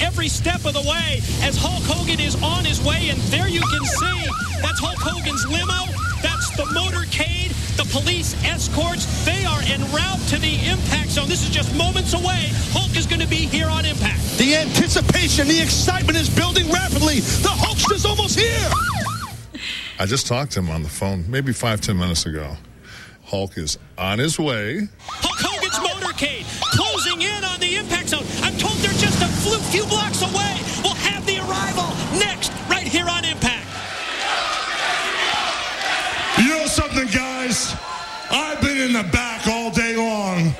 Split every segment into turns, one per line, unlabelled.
every step of the way as Hulk Hogan is on his way. And there you can see that's Hulk Hogan's limo. That's the motorcade, the police escorts. They are en route to the impact zone. This is just moments away. Hulk is going to be here on impact.
The anticipation, the excitement is building rapidly. The Hulkster's almost here.
I just talked to him on the phone maybe five, ten minutes ago. Hulk is on his way.
Hulk Hogan's motorcade closing in on the impact zone. I'm told they're just a flu- few blocks away. We'll have the arrival next, right here on Impact.
You know something, guys? I've been in the back all day long.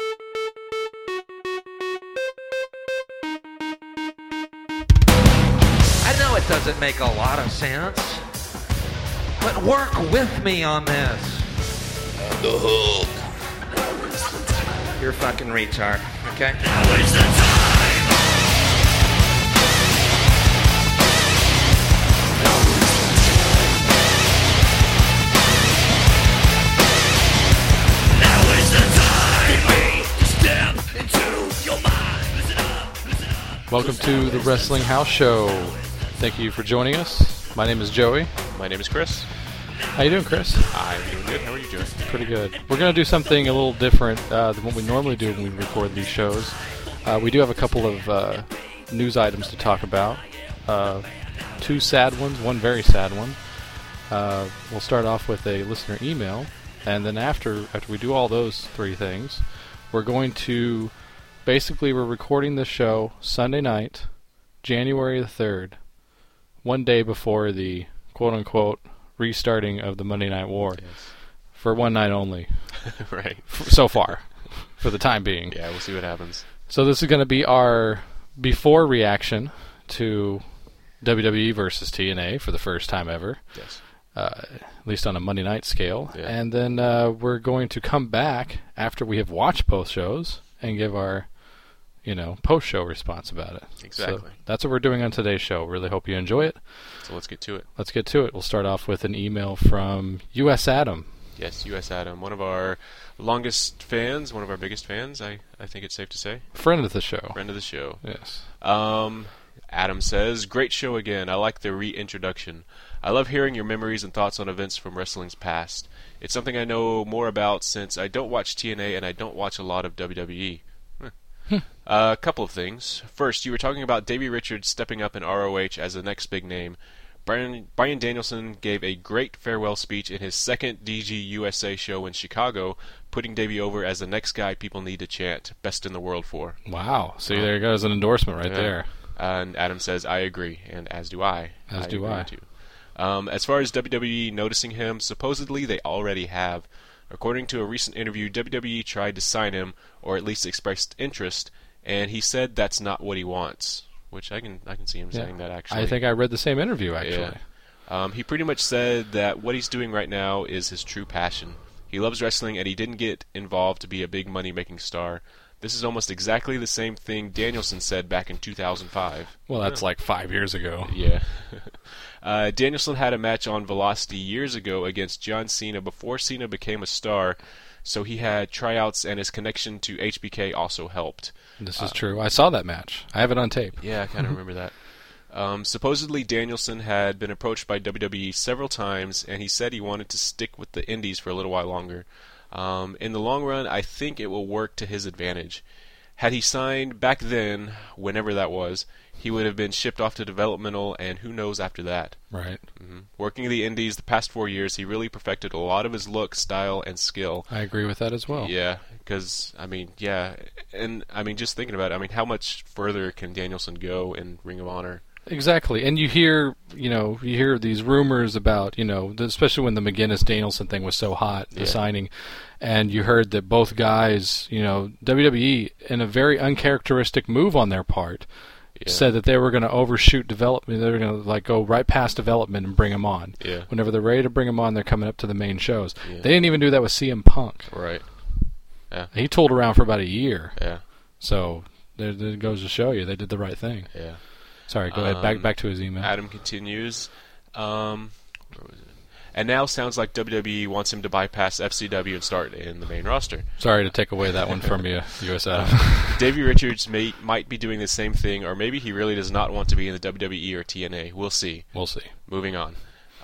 I know it doesn't make a lot of sense, but work with me on this. You're a fucking retard, okay?
Welcome to the Wrestling House Show. Thank you for joining us. My name is Joey.
My name is Chris.
How you doing, Chris?
I'm doing good. How are you doing?
Pretty good. We're gonna do something a little different uh, than what we normally do when we record these shows. Uh, we do have a couple of uh, news items to talk about. Uh, two sad ones, one very sad one. Uh, we'll start off with a listener email, and then after after we do all those three things, we're going to basically we're recording this show Sunday night, January the third, one day before the quote unquote restarting of the Monday Night War for one night only
right.
f- so far, for the time being.
Yeah, we'll see what happens.
So this is going to be our before reaction to WWE versus TNA for the first time ever,
Yes.
at least on a Monday night scale.
Yeah.
And then uh, we're going to come back after we have watched both shows and give our you know post show response about it. So
Exactly.
that's what we're doing on today's show. Really hope you enjoy it.
So let's get to it.
Let's get to it. We'll start off with an email from US Adam.
Yes, U.S. Adam, one of our longest fans, one of our biggest fans, I, I think it's safe to say.
Friend of the show.
Friend of the show.
Yes.
Um, Adam says, Great show again. I like the reintroduction. I love hearing your memories and thoughts on events from wrestling's past. It's something I know more about since I don't watch TNA and I don't watch a lot of WWE. Uh, A couple of things. First, you were talking about Davey Richards stepping up in ROH as the next big name. Brian, Brian Danielson gave a great farewell speech in his second DG USA show in Chicago, putting Davey over as the next guy people need to chant "Best in the World" for.
Wow. See, there goes an endorsement right
Yeah.
there.
And Adam says, "I agree," and as do I.
As do
agree
I.
Too. Um, as far as WWE noticing him, supposedly they already have. According to a recent interview, WWE tried to sign him, or at least expressed interest, and he said that's not what he wants. Which I can I can see him
Yeah.
saying that actually.
I think I read the same interview actually.
Yeah. Um, he pretty much said that what he's doing right now is his true passion. He loves wrestling and he didn't get involved to be a big money making star. This is almost exactly the same thing Danielson said back in 2005.
Well, that's like five years ago.
Yeah. uh, Danielson had a match on Velocity years ago against John Cena before Cena became a star, so he had tryouts and his connection to HBK also helped.
This is true. I saw that match. I have it on tape.
Uh, Yeah, I kind of remember that. Mm-hmm. Um, supposedly, Danielson had been approached by WWE several times, and he said he wanted to stick with the Indies for a little while longer. Um, in the long run, I think it will work to his advantage. Had he signed back then, whenever that was, he would have been shipped off to developmental, and who knows after that.
Right.
Mm-hmm. Working the Indies the past four years, he really perfected a lot of his look, style, and skill.
I agree with that as well.
Yeah, because I mean, yeah, and I mean, just thinking about it, I mean, how much further can Danielson go in Ring of Honor?
Exactly. And you hear, you know, you hear these rumors about, you know, the- especially when the McGinnis Danielson thing was so hot, the
Yeah.
signing, and you heard that both guys, you know, WWE, in a very uncharacteristic move on their part, said that they were going to overshoot development. They were going to like go right past development and bring him on.
Yeah.
Whenever they're ready to bring him on, they're coming up to the main shows. They didn't even do that with CM Punk.
Right.
He tooled around for about a year.
Yeah.
So there, there goes to show you they did the right thing.
Yeah. Um,
Sorry, go ahead. Back back to his email.
Adam continues. Um, where was it? and now sounds like WWE wants him to bypass FCW and start in the main roster.
Sorry to take away that one from you, US Adam.
Davey Richards may, might be doing the same thing, or maybe he really does not want to be in the WWE or TNA. We'll see.
we'll see.
Moving on.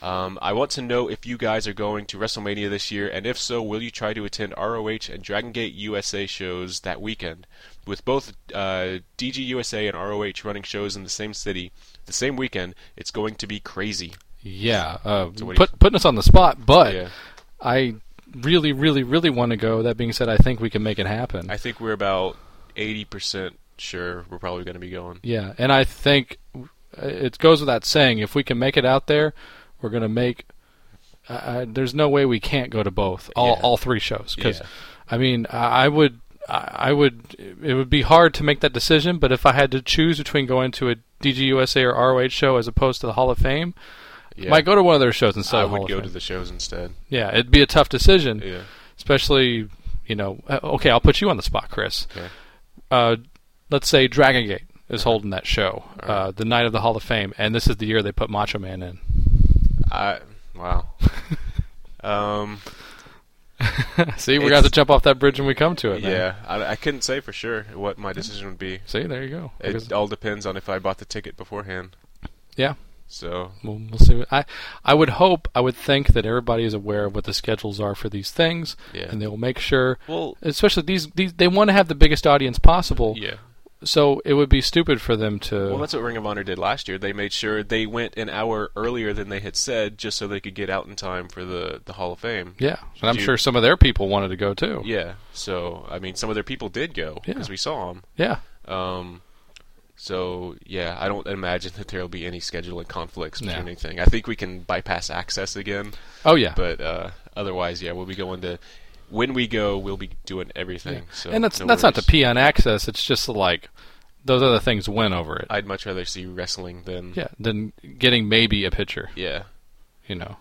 Um, I want to know if you guys are going to WrestleMania this year, and if so, will you try to attend ROH and Dragon Gate USA shows that weekend? With both uh, DG USA and ROH running shows in the same city the same weekend, it's going to be crazy.
Yeah, uh,
what do you-
put, putting us on the spot, but
Yeah.
I really, really, really want to go. That being said, I think we can make it happen.
I think we're about 80% sure we're probably going to be going.
yeah, and I think uh, it goes without saying if we can make it out there, we're going to make. I I there's no way we can't go to both, all
Yeah.
all three shows. Because
Yeah.
I mean, I, I would, I I would, it would be hard to make that decision. But if I had to choose between going to a DGUSA or ROH show as opposed to the Hall of Fame,
Yeah.
might go to one of their shows instead.
I
of Hall
would
of
go
Fame.
to the shows instead.
Yeah, it'd be a tough decision.
Yeah.
Especially, you know, uh, okay, I'll put you on the spot, Chris.
Okay.
Uh, let's say Dragon Gate is holding that show, uh, the night of the Hall of Fame, and this is the year they put Macho Man in.
I wow. um,
See, we're
It's-
going to have to jump off that bridge when we come to it. man.
yeah, I, I couldn't say for sure what my decision would be.
See, there you go. I guess-
It all depends on if I bought the ticket beforehand.
yeah.
So
We'll, we'll see. what- I I would hope, I would think that everybody is aware of what the schedules are for these things,
Yeah.
and they will make sure.
Well-
especially these these they want to have the biggest audience possible.
yeah.
So it would be stupid for them to.
Well, that's what Ring of Honor did last year. They made sure they went an hour earlier than they had said, just so they could get out in time for the the Hall of Fame.
Yeah, and I'm
Do you-
sure some of their people wanted to go too.
Yeah. So I mean, some of their people did go
Yeah.
because we saw them.
Yeah.
Um, so yeah, I don't imagine that there will be any scheduling conflicts
No.
between anything. I think we can bypass access again,
Oh yeah.
but uh, otherwise, yeah, we'll be going to. When we go, we'll be doing everything. So
and that's
no
that's not to
worries.
pee on access. It's just like those other things win over it.
I'd much rather see wrestling than
yeah. Than getting maybe a picture.
yeah.
You know.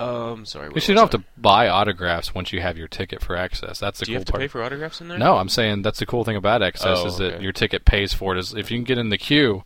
Um, sorry.
You should not have to buy autographs once you have your ticket for access. That's the
Do
cool
you have to
part.
pay for autographs in there?
no, I'm saying that's the cool thing about access
Oh,
is that
okay.
your ticket pays for it. Is if you can get in the queue,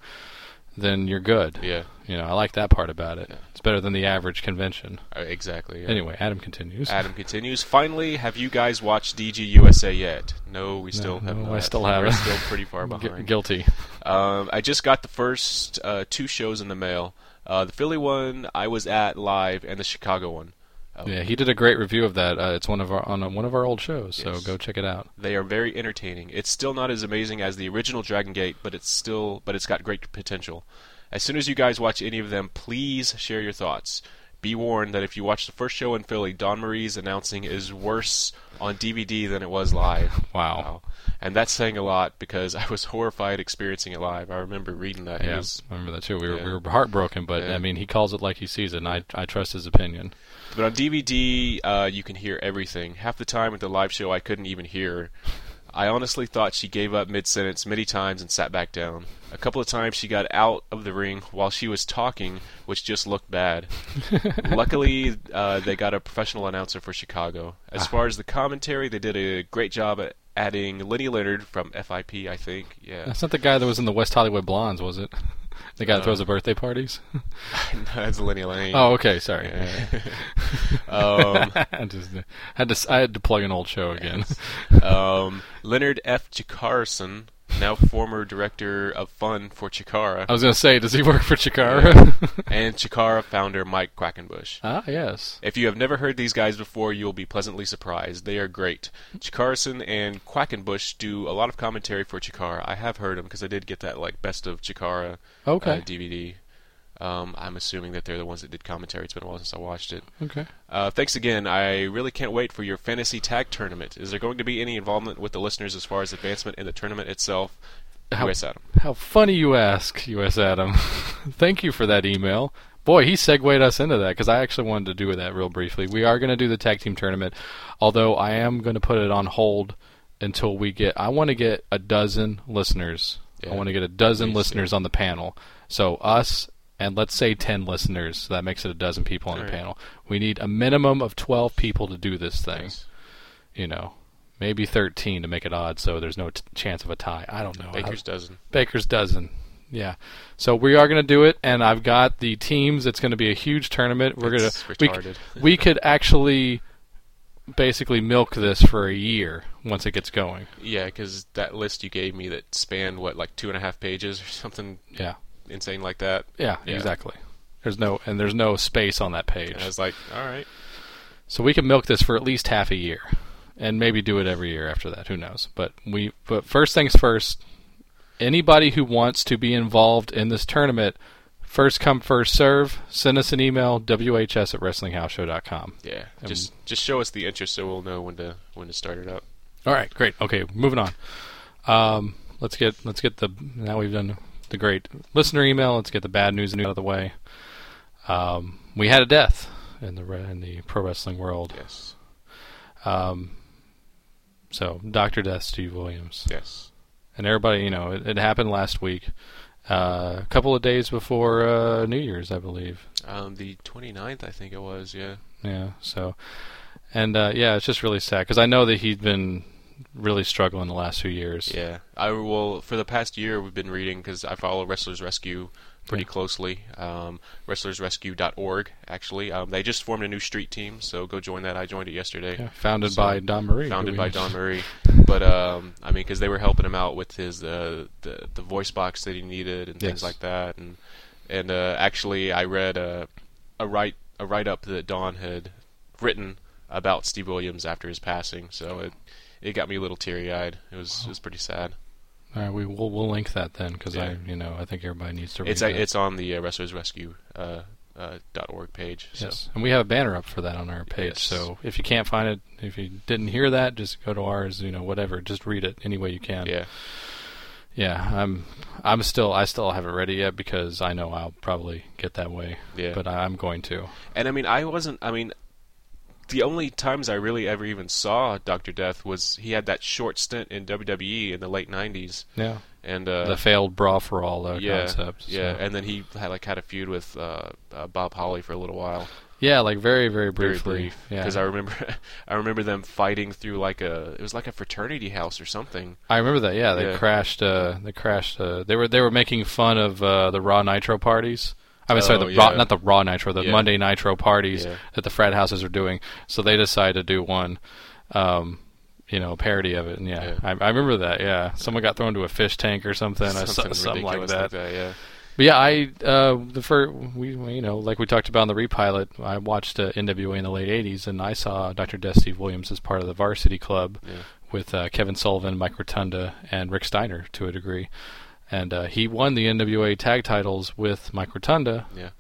then you're good.
Yeah.
You know, I like that part about it. It's better than the average convention.
Uh, Exactly. yeah.
Anyway, Adam continues.
Adam continues. Finally, have you guys watched DG USA yet? No, we still have
no,
not.
I still
We're
haven't.
still pretty far
Gu-
behind.
guilty.
Um, I just got the first uh, two shows in the mail. Uh, the Philly one I was at live, and the Chicago one. Uh,
Yeah, he did a great review of that. Uh, it's one of our on uh one of our old shows, so
Yes.
go check it out.
They are very entertaining. It's still not as amazing as the original Dragon Gate, but it's still but it's got great potential. As soon as you guys watch any of them, please share your thoughts. Be warned that if you watch the first show in Philly, Don Marie's announcing is worse on DVD than it was live.
Wow.
And that's saying a lot because I was horrified experiencing it live. I remember reading that. It
Yeah,
was-
I remember that too. We were
yeah.
we were heartbroken, but
Yeah.
I mean, he calls it like he sees it, and I I trust his opinion.
But on DVD, uh, you can hear everything. Half the time at the live show, I couldn't even hear. her. I honestly thought she gave up mid sentence many times and sat back down. A couple of times she got out of the ring while she was talking, which just looked bad. Luckily, uh, they got a professional announcer for Chicago.
Ah.
As far as the commentary, they did a great job at adding Lenny Leonard from FIP, I think. Yeah,
That's not the guy that was in the West Hollywood Blondes, was it? The guy that
Uh.
throws the birthday parties.
that's Lenny Lane.
oh, okay, sorry.
Um,
I just had to I had to plug an old show again.
Um, Leonard F. Chikarson, now former director of fun for Chikara,
I was gonna say, does he work for Chikara?
and Chikara founder Mike Quackenbush.
ah, yes.
If you have never heard these guys before, you will be pleasantly surprised. They are great. Chikarson and Quackenbush do a lot of commentary for Chikara. I have heard them because I did get that like best of Chikara
Okay.
uh, DVD. Um, I'm assuming that they're the ones that did commentary. It's been a while since I watched it.
Okay.
Uh, thanks again. I really can't wait for your fantasy tag tournament. Is there going to be any involvement with the listeners as far as advancement in the tournament itself?
How-
US Adam.
How funny you ask, U.S. Adam. Thank you for that email. Boy, he segued us into that because I actually wanted to do that real briefly. We are going to do the tag team tournament, although I am going to put it on hold until we get. I want to get a dozen listeners. I
Yeah.
want to get a dozen listeners on the panel. So us and let's say ten listeners. So that makes it a dozen people on the
Alright.
panel. We need a minimum of twelve people to do this thing.
Nice.
You know, maybe thirteen to make it odd, so there's no t- chance of a tie. I don't know. I-
Baker's dozen.
Baker's dozen. Yeah. So we are going to do it, and I've got the teams. It's going to be a huge tournament. We're going
It's
to we, c-
retarded.
we could actually basically milk this for a year once it gets going.
Yeah, because that list you gave me that spanned what like two and a half pages or something
Yeah.
insane like that.
Yeah,
Yeah.
exactly. There's no and there's no space on that page.
And I was like, all right,
So we can milk this for at least half a year and maybe do it every year after that, who knows. But we but first things first, anybody who wants to be involved in this tournament, first come first serve, send us an email whs at wrestlinghousehow.com.
yeah,
Um,
just just show us the interest so we'll know when to when to start it up.
All right, great. Okay, moving on. Um, let's get let's get the now we've done the great listener email. Let's get the bad news out of the way. Um, we had a death in the re- in the pro wrestling world.
Yes,
So Doctor Death, Steve Williams,
yes,
and everybody. You know, it, it happened last week, uh, a couple of days before uh, New Year's, I believe.
um, the 29th, I think it was. Yeah,
Yeah. So, and uh, yeah, it's just really sad because I know that he'd been really struggling the last few years.
yeah. I will for the past year we've been reading because I follow Wrestlers Rescue pretty
Yeah.
closely. Um, WrestlersRescue.org actually. Um, they just formed a new street team, so go join that. I joined it yesterday.
Yeah, founded
So-
by Don Marie.
founded
who
by
we-
Don Murray. But um, I mean, because they were helping him out with his uh, the the voice box that he needed and
Yes.
things like that. And and uh, actually, I read a a write a write up that Don had written about Steve Williams after his passing. So it it got me a little teary eyed. It was it was pretty sad.
All right, we will we'll link that then because
Yeah.
I you know I think everybody needs to read
It's
that.
a- it's on the uh, Wrestlers Rescue uh, uh, dot org page. So.
yes, and we have a banner up for that on our page.
Yes.
So if you can't find it, if you didn't hear that, just go to ours. You know, whatever, just read it any way you can.
Yeah.
yeah. I'm I'm still I still haven't read it yet because I know I'll probably get that way.
Yeah.
but I, I'm going to.
And I mean, I wasn't. I mean, the only times I really ever even saw Doctor Death was he had that short stint in WWE in the late '90s,
Yeah,
and uh,
the failed brawl for all uh,
yeah,
concept.
yeah,
so-
and then he had like had a feud with uh, uh, Bob Holly for a little while,
yeah, like very very
very
briefly.
brief,
yeah,
because I remember, I remember them fighting through like a it was like a fraternity house or something.
I remember that. Yeah, they
Yeah.
crashed. Uh, they crashed. Uh, they were they were making fun of uh, the Raw Nitro parties. I mean, sorry,
Oh,
the raw,
yeah.
not the Raw Nitro, the
Yeah.
Monday Nitro parties
Yeah.
that the frat houses are doing. So they decided to do one, um, you know, a parody of it. And yeah,
Yeah.
I, I remember that. Yeah, someone got thrown into a fish tank or something. I saw-
something
something like
ridiculous
that.
yeah.
But yeah, I uh, the first we we, you know like we talked about in the repilot, I watched uh, NWA in the late '80s, and I saw Dr. Death Steve Williams as part of the Varsity Club with uh, Kevin Sullivan, Mike Rotunda, and Rick Steiner to a degree, and uh, he won the NWA tag titles with Mike Rotunda,
Yeah.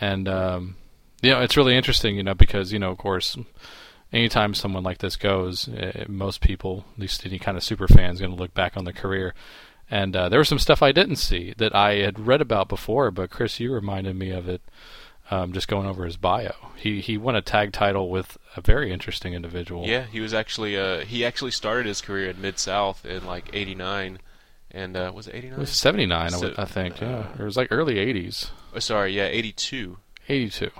and um, you know it's really interesting, you know, because you know of course. Anytime someone like this goes, eh, most people, at least any kind of super fan, is going to look back on their career and uh, there was some stuff I didn't see that I had read about before, but Chris, you reminded me of it. Um, just going over his bio, he he won a tag title with a very interesting individual.
Yeah, he was actually uh, he actually started his career in Mid South in like '89, and uh, was it '89?
it was seventy nine, I, would-
So- uh,
I think. Yeah, it was like early eighties,
Oh, sorry, yeah, '82.
eighty two.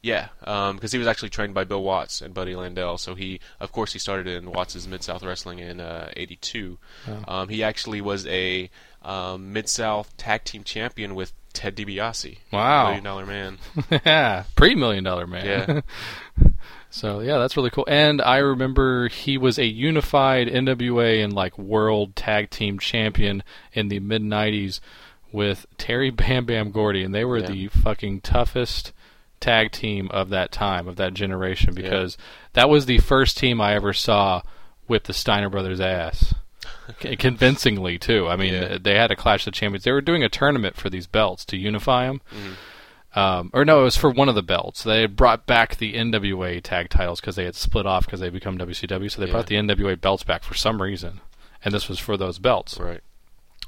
Yeah, because he was actually trained by Bill Watts and Buddy Landell. So he, of course, he started in Watts's Mid South Wrestling in uh, '82. Um, he actually was a um, Mid South Tag Team Champion with Ted DiBiase.
Wow.
Million Dollar Man.
Yeah, pre million dollar man.
Yeah,
So yeah, that's really cool. And I remember he was a unified NWA and like world tag team champion in the mid '90s with Terry Bam Bam Gordy, and they were
Yeah.
the fucking toughest tag team of that time of that generation because that was the first team I ever saw whip the Steiner brothers' ass. C- Convincingly too. I mean,
Yeah.
they had a clash of the champions. They were doing a tournament for these belts to unify them
Mm-hmm.
um, or no, it was for one of the belts. They had brought back the NWA tag titles because they had split off because they become WCW. So they
Yeah.
brought the NWA belts back for some reason, and this was for those belts.
right.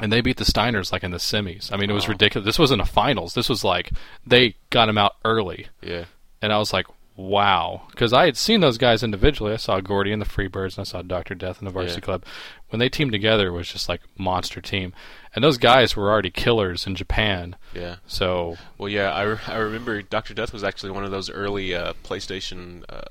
And they beat the Steiners like in the semis. I mean, it was ridiculous. This wasn't a finals. This was like they got them out early,
Yeah,
and I was like, wow, because I had seen those guys individually. I saw Gordy and the Freebirds, and I saw Doctor Death and the Varsity
Yeah.
Club. When they teamed together, it was just like monster team, and those guys were already killers in Japan.
yeah.
So
Well, yeah, I, re- I remember Dr. Death was actually one of those early uh, PlayStation uh,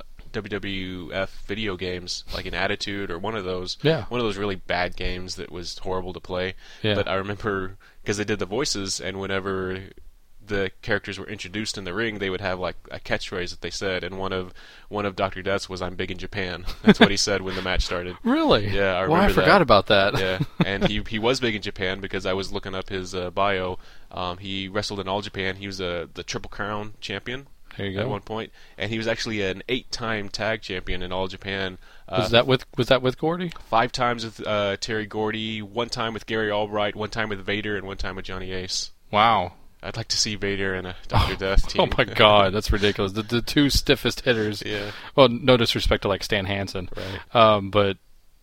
WWF video games, like an Attitude or one of those.
Yeah.
One of those really bad games that was horrible to play.
Yeah.
But I remember because they did the voices, and whenever the characters were introduced in the ring, they would have like a catchphrase that they said, and one of one of Doctor Death's was "I'm big in Japan." That's what he said when the match started.
Really?
Yeah, I
Well, I
remember
forgot
that.
about that.
yeah, and he he was big in Japan because I was looking up his uh, bio. Um, he wrestled in all Japan. He was uh, the Triple Crown champion.
There you go.
At one point, and he was actually an eight-time tag champion in all Japan. Uh,
Was that with was that with Gordy?
five times with uh, Terry Gordy, one time with Gary Albright, one time with Vader, and one time with Johnny Ace.
Wow.
I'd like to see Vader and a Doctor Death team.
Oh my God, that's ridiculous. The, the two stiffest hitters.
Yeah.
Well, no disrespect to like Stan Hansen,
Right.
um, but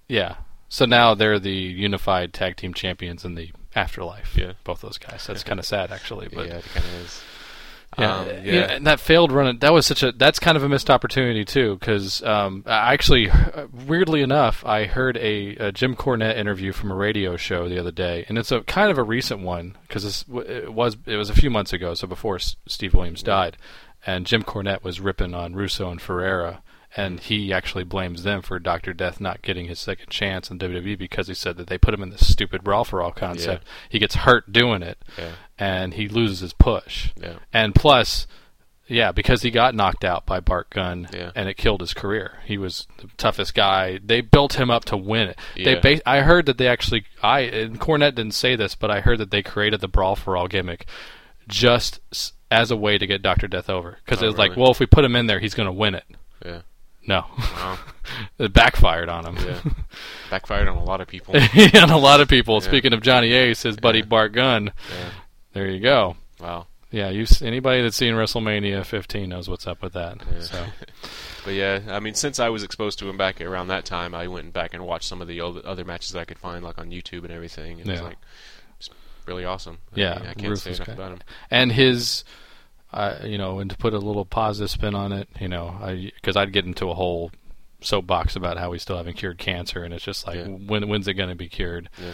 yeah. So now they're the unified tag team champions in the afterlife.
Yeah.
Both those guys. That's kind of sad, actually. But
yeah, it kind of is.
Yeah,
Um,
yeah.
yeah.
and that failed run. That was such a. That's kind of a missed opportunity too, because um, I actually, weirdly enough, I heard a, a Jim Cornette interview from a radio show the other day, and it's a kind of a recent one because it was it was a few months ago, so before S- Steve Williams died, and Jim Cornette was ripping on Russo and Ferrera, and he actually blames them for Doctor Death not getting his second chance in WWE because he said that they put him in this stupid brawl for all concept. He gets hurt doing it,
Yeah.
and he loses his push.
Yeah.
And plus, yeah, because he got knocked out by Bart Gunn,
Yeah.
and it killed his career. He was the toughest guy. They built him up to win it.
Yeah.
They ba- I heard that they actually I and Cornette didn't say this, but I heard that they created the brawl for all gimmick just s- as a way to get Doctor Death over because
Oh,
it was like,
really?
well, if we put him in there, he's going to win it.
yeah.
No,
Wow.
it backfired on him.
Yeah. Backfired on a lot of people.
and a lot of people. Speaking of Johnny Ace, his buddy Bart Gunn. There you go.
Wow.
Yeah, you s- anybody that's seen WrestleMania 15 knows what's up with that. So
But yeah, I mean, since I was exposed to him back around that time, I went back and watched some of the old, other matches that I could find, like on YouTube and everything. It was
Yeah.
like it's really awesome. I
yeah,
mean, I can't say
ruthless
enough
guy.
about him.
And his, uh, you know, and to put a little positive spin on it, you know, because I'd get into a whole soapbox about how we still haven't cured cancer, and it's just like,
Yeah.
when when's it going to be cured?
Yeah.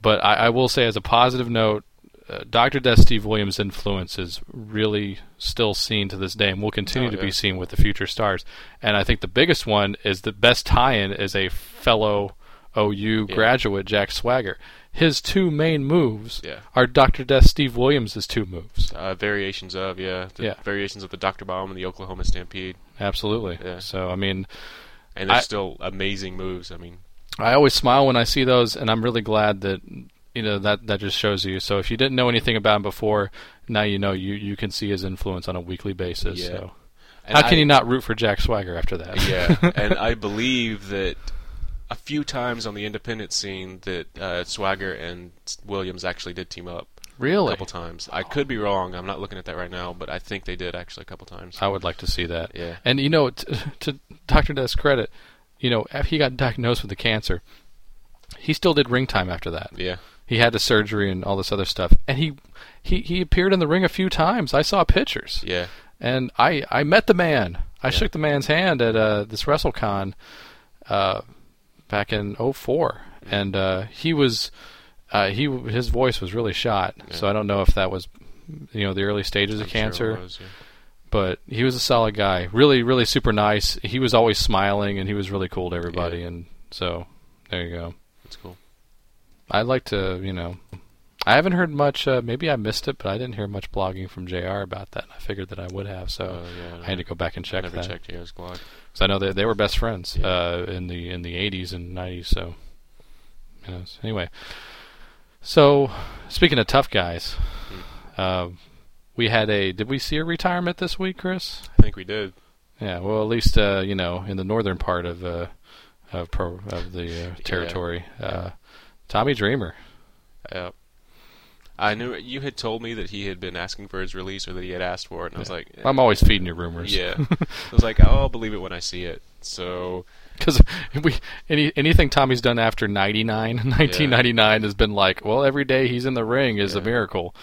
But I, I will say, as a positive note, uh, Doctor Death Steve Williams' influence is really still seen to this day, and will continue
Oh,
to be
yeah.
seen with the future stars. And I think the biggest one is the best tie-in is a fellow OU graduate, Jack Swagger. His two main moves
Yeah.
are Doctor Death Steve Williams' two moves.
Uh, variations of yeah, the
Yeah.
variations of the Doctor Bomb and the Oklahoma Stampede,
Absolutely.
Yeah.
So I mean,
and they're
I-
still amazing moves. I mean,
I always smile when I see those, and I'm really glad that you know that that just shows you. So if you didn't know anything about him before, now you know you you can see his influence on a weekly basis.
Yeah.
So
and
how can
I-
you not root for Jack Swagger after that?
yeah, and I believe that a few times on the independent scene that uh, Swagger and Williams actually did team up.
Really?
A couple times. I could be wrong. I'm not looking at that right now, but I think they did actually a couple times.
I would like to see that.
Yeah.
And you know, t- to Doctor Death's credit, you know, after he got diagnosed with the cancer, he still did ring time after that.
Yeah.
He had the surgery and all this other stuff, and he he he appeared in the ring a few times. I saw pictures.
Yeah.
and I, I met the man. I shook the man's hand at uh, this WrestleCon uh, back in '04, and uh, he was uh, he his voice was really shot. So I don't know if that was you know the early stages of
I'm sure it
cancer,
was, yeah.
but he was a solid guy. Really, really super nice. He was always smiling, and he was really cool to everybody.
Yeah.
And so there you go.
That's cool.
I'd like to you know. I haven't heard much. Uh, maybe I missed it, but I didn't hear much blogging from Jr. about that. And I figured that I would have, so
Oh, yeah,
I had to go back and
I
check
never
that.
checked Jr's blog.
So I know they they were best friends
Yeah.
uh, in the in the eighties and nineties. So, you know, so anyway, so speaking of tough guys,
Hmm.
uh, we had a did we see a retirement this week, Chris?
I think we did.
Yeah, well, at least uh, you know in the northern part of uh, of pro, of the uh, territory, uh, Tommy Dreamer.
Yeah. I knew you had told me that he had been asking for his release or that he had asked for it, and I was like, eh,
I'm always feeding you rumors.
yeah. I was like, I'll believe it when I see it. So
Because we any anything Tommy's done after 99, 1999 has been like, well, every day he's in the ring is a
Yeah.
miracle.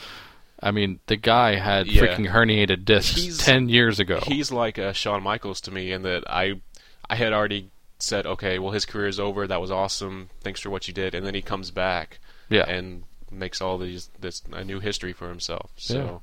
I mean, the guy had
Yeah.
freaking herniated discs
He's-
ten years ago.
he's like uh, Shawn Michaels to me in that I I had already said, okay, well his career is over. That was awesome. Thanks for what you did. And then he comes back,
Yeah.
and makes all these this a new history for himself. So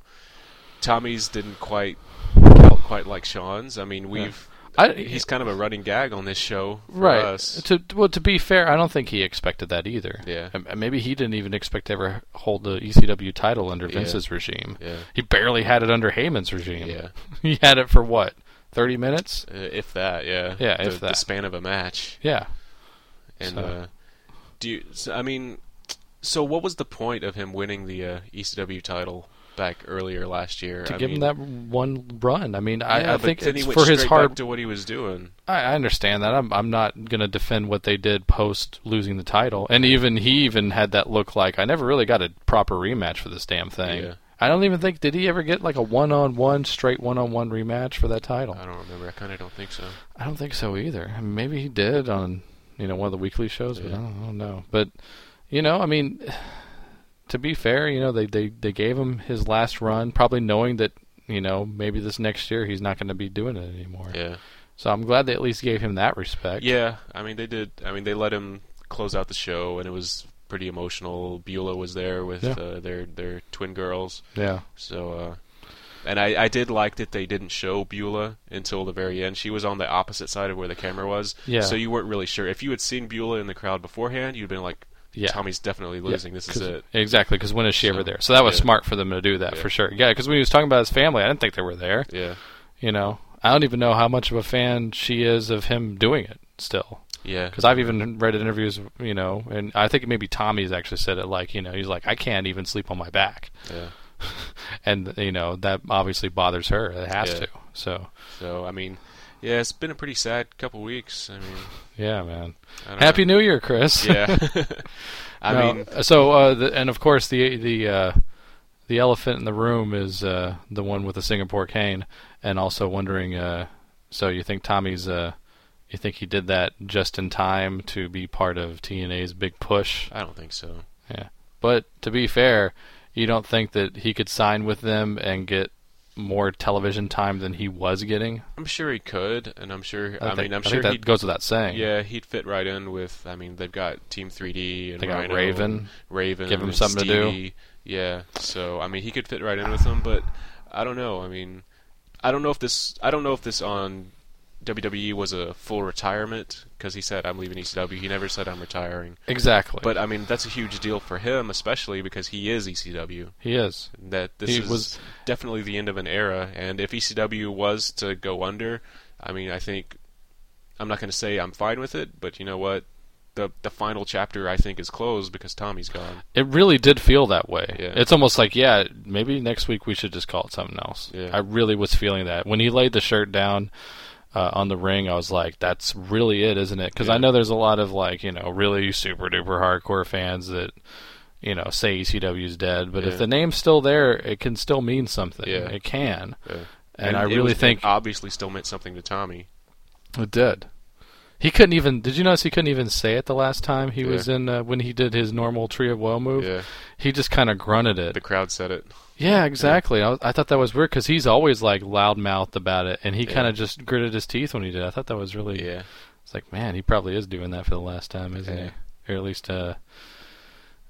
Tommy's didn't quite felt quite like Sean's. I mean, we've
I,
He's kind of a running gag on this show for
right.
us.
To well, to be fair, I don't think he expected that either.
Yeah.
And- and maybe he didn't even expect to ever hold the ECW title under Vince's regime.
Yeah.
He barely had it under Heyman's regime.
Yeah.
he had it for what, thirty minutes?
Uh, if that, yeah.
Yeah,
the,
if
The
that.
span of a match.
Yeah.
And
So-
uh, do you, so, I mean, so what was the point of him winning the uh, ECW title back earlier last year?
To
I
give him
mean,
that one run. I mean,
yeah,
I, I
but
think
then he
it's
went
for his
straight
hard
back to what he was doing.
I, I understand that. I'm I'm not gonna defend what they did post losing the title. And even he even had that look like I never really got a proper rematch for this damn thing.
Yeah.
I don't even think did he ever get like a one on one straight one on one rematch for that title.
I don't remember. I kind of don't think so.
I don't think so either. I mean, maybe he did on you know one of the weekly shows, but I don't, I don't know. But you know, I mean, to be fair, you know they, they they gave him his last run, probably knowing that you know maybe this next year he's not going to be doing it anymore.
Yeah.
So I'm glad they at least gave him that respect.
Yeah, I mean they did. I mean they let him close out the show, and it was pretty emotional. Beulah was there with
Yeah.
uh, their their twin girls,
yeah,
so. uh and I, I did like that they didn't show Beulah until the very end. She was on the opposite side of where the camera was,
Yeah.
so you weren't really sure. If you had seen Beulah in the crowd beforehand, you'd been like,
Yeah.
"Tommy's definitely losing. This is
'Cause-
it."
Exactly, because when is she ever
So,
there? So that was
yeah.
smart for them to do that
Yeah.
for sure. Yeah, because when he was talking about his family, I didn't think they were there.
Yeah,
You know, I don't even know how much of a fan she is of him doing it still.
yeah,
because I've even read interviews, you know, and I think maybe Tommy's actually said it like, you know, he's like, I can't even sleep on my back,
yeah.
and you know that obviously bothers her. It has
Yeah.
to. So
So I mean, yeah, it's been a pretty sad couple weeks. I mean,
yeah, man.
I don't
Happy
know.
New Year, Chris.
yeah. I
No,
mean,
so uh, the, and of course the the uh, the elephant in the room is uh, the one with the Singapore cane, and also wondering. Uh, so you think Tommy's? Uh, you think he did that just in time to be part of TNA's big push?
I don't think so.
Yeah. But to be fair, you don't think that he could sign with them and get more television time than he was getting?
I'm sure he could, and I'm sure. I,
think,
mean, I'm
think
sure
that
he'd.
goes without saying.
Yeah, he'd fit right in with. I mean, they've got Team 3D and
They got
Rhino
Raven.
and Raven,
Give him
and
something to do.
Stevie. Yeah, so I mean, he could fit right in with them, but I don't know. I mean, I don't know if this. I don't know if this on WWE was a full retirement because he said I'm leaving ECW. He never said I'm retiring,
exactly.
but I mean, that's a huge deal for him, especially because he is E ECW
he is.
that this
He
is
was-
definitely the end of an era. And if ECW was to go under, I mean, I think I'm not going to say I'm fine with it, but you know what? The the final chapter I think is closed because Tommy's gone.
It really did feel that way.
Yeah.
It's almost like, yeah, maybe next week we should just call it something else.
Yeah.
I really was feeling that when he laid the shirt down uh, on the ring. I was like, that's really it, isn't it? Because I
Yeah.
know there's a lot of like, you know, really super duper hardcore fans that you know say ECW's dead, but
Yeah.
if the name's still there, it can still mean something.
Yeah.
It can, and, I
it
really
was- it
think
obviously still meant something to Tommy.
it did. He couldn't even. Did you notice he couldn't even say it the last time he was
Yeah.
in uh, when he did his normal Tree of Woe move?
Yeah.
He just kind of grunted it.
The crowd said it.
Yeah, exactly. I, was- I thought that was weird because he's always like loudmouthed about it, and he kind of just gritted his teeth when he did. I thought that was really.
Yeah.
It's like, man, he probably is doing that for the last time, isn't
Yeah.
he? Or at least, uh,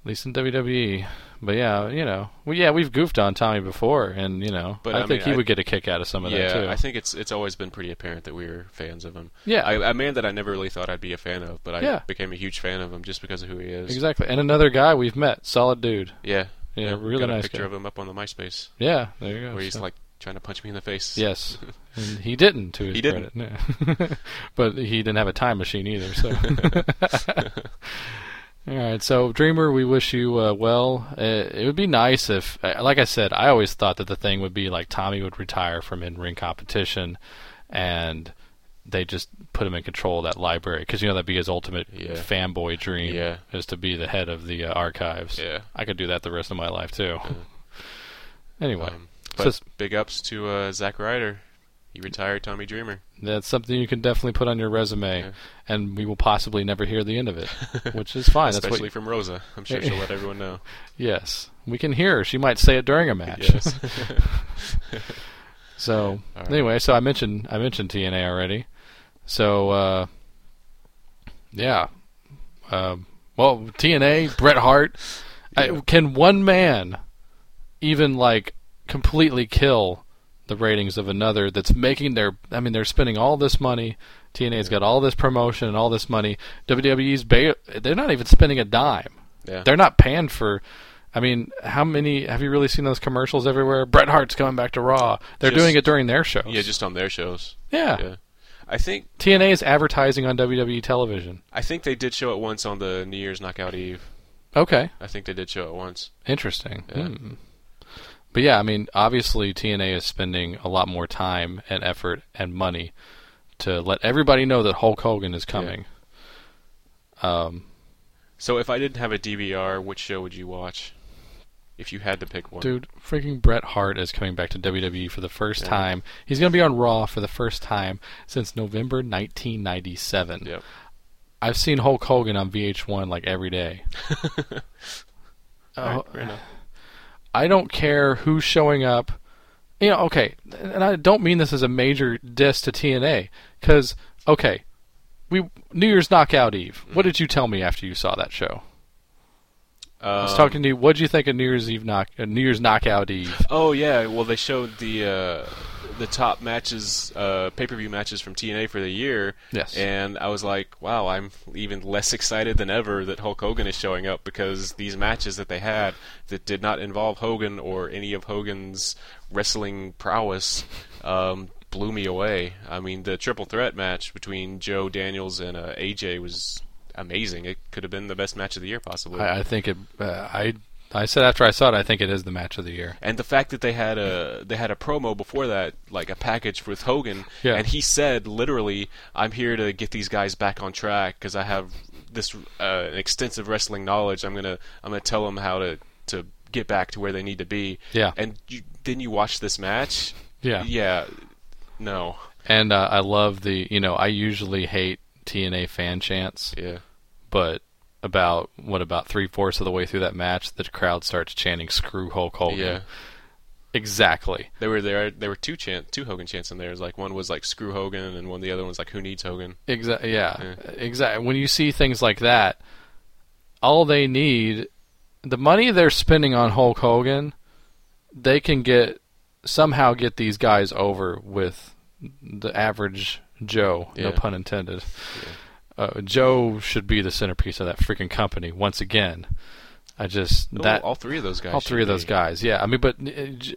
at least in WWE. But yeah, you know, well, yeah, we've goofed on Tommy before, and you know,
But,
I,
I
think
mean,
he
I-
would get a kick out of some of that
Yeah,
too.
I think it's it's always been pretty apparent that we were fans of him.
Yeah.
I, a man that I never really thought I'd be a fan of, but I
Yeah.
became a huge fan of him just because of who he is.
exactly. And another guy we've met, solid dude.
Yeah,
Yeah,
I've
really
got a
nice
picture
guy.
of him up on the MySpace
Yeah, there you go.
where he's
So-
like trying to punch me in the face.
Yes, and he didn't. To his
He didn't.
credit, no. but he didn't have a time machine either. So, all right. So, Dreamer, we wish you uh, well. Uh, it would be nice if, uh, like I said, I always thought that the thing would be like Tommy would retire from in-ring competition, and they just put him in control of that library because you know that'd be his ultimate
Yeah.
fanboy dream
Yeah.
is to be the head of the uh, archives.
Yeah.
I could do that the rest of my life too. anyway,
Um,
so
but
it's-
big ups to uh, Zack Ryder. He retired Tommy Dreamer.
That's something you can definitely put on your resume,
Yeah.
and we will possibly never hear the end of it, which is fine. That's
Especially
what,
from Rosa. I'm sure she'll let everyone know.
yes, we can hear her. She might say it during a match.
Yes.
so
All right.
anyway, so I mentioned I mentioned TNA already. So uh, yeah, um, well TNA Bret Hart. I, can one man even like completely kill the ratings of another that's making their I mean they're spending all this money. TNA's got all this promotion and all this money. WWE's ba- they're not even spending a dime.
Yeah.
They're not paying for I mean, how many have you really seen those commercials everywhere? Bret Hart's coming back to Raw. They're
Just-
doing it during their shows.
Yeah, just on their shows.
Yeah.
yeah. I think
TNA is advertising on WWE television.
I think they did show it once on the New Year's Knockout Eve.
Okay.
I think they did show it once.
Interesting.
Yeah.
Hmm. But yeah, I mean, obviously TNA is spending a lot more time and effort and money to let everybody know that Hulk Hogan is coming. Um,
So if I didn't have a DVR, which show would you watch? If you had to pick one.
dude, freaking Bret Hart is coming back to WWE for the first time. He's going to be on Raw for the first time since November 1997.
Yep.
I've seen Hulk Hogan on VH1 like every day. Oh, I don't care who's showing up. You know, okay, and I don't mean this as a major diss to TNA because okay, we New Year's Knockout Eve. What did you tell me after you saw that show? I was
Um,
talking to you. What did you think of New Year's Eve knock? Uh, New Year's Knockout Eve.
Oh yeah, well they showed the uh, the top matches, uh, pay per view matches from TNA for the year.
Yes.
And I was like, wow, I'm even less excited than ever that Hulk Hogan is showing up because these matches that they had that did not involve Hogan or any of Hogan's wrestling prowess um, blew me away. I mean, the triple threat match between Joe Daniels and uh, AJ was amazing. It could have been the best match of the year possibly.
I, I think it. Uh, I I said after I saw it, I think it is the match of the year.
and the fact that they had a they had a promo before that, like a package with Hogan,
Yeah.
and he said literally, "I'm here to get these guys back on track because I have this uh, extensive wrestling knowledge. I'm gonna I'm gonna tell them how to to get back to where they need to be."
Yeah.
And you, then you watch this match.
Yeah.
Yeah. No.
And uh, I love the. You know, I usually hate TNA fan chants.
Yeah.
but about what about three fourths of the way through that match, the crowd starts chanting "Screw Hulk Hogan."
Yeah.
exactly.
There were there there were two chant two Hogan chants in there. It was like one was like screw Hogan and one the other one was like who needs Hogan.
Exactly. Yeah. Exactly. When you see things like that, all they need, the money they're spending on Hulk Hogan, they can get somehow get these guys over with the average Joe. No
Yeah.
pun intended. Uh, Joe should be the centerpiece of that freaking company once again. I just
Ooh,
that
all three of those guys.
all three
should
of those
be.
guys. Yeah, I mean, but uh, J-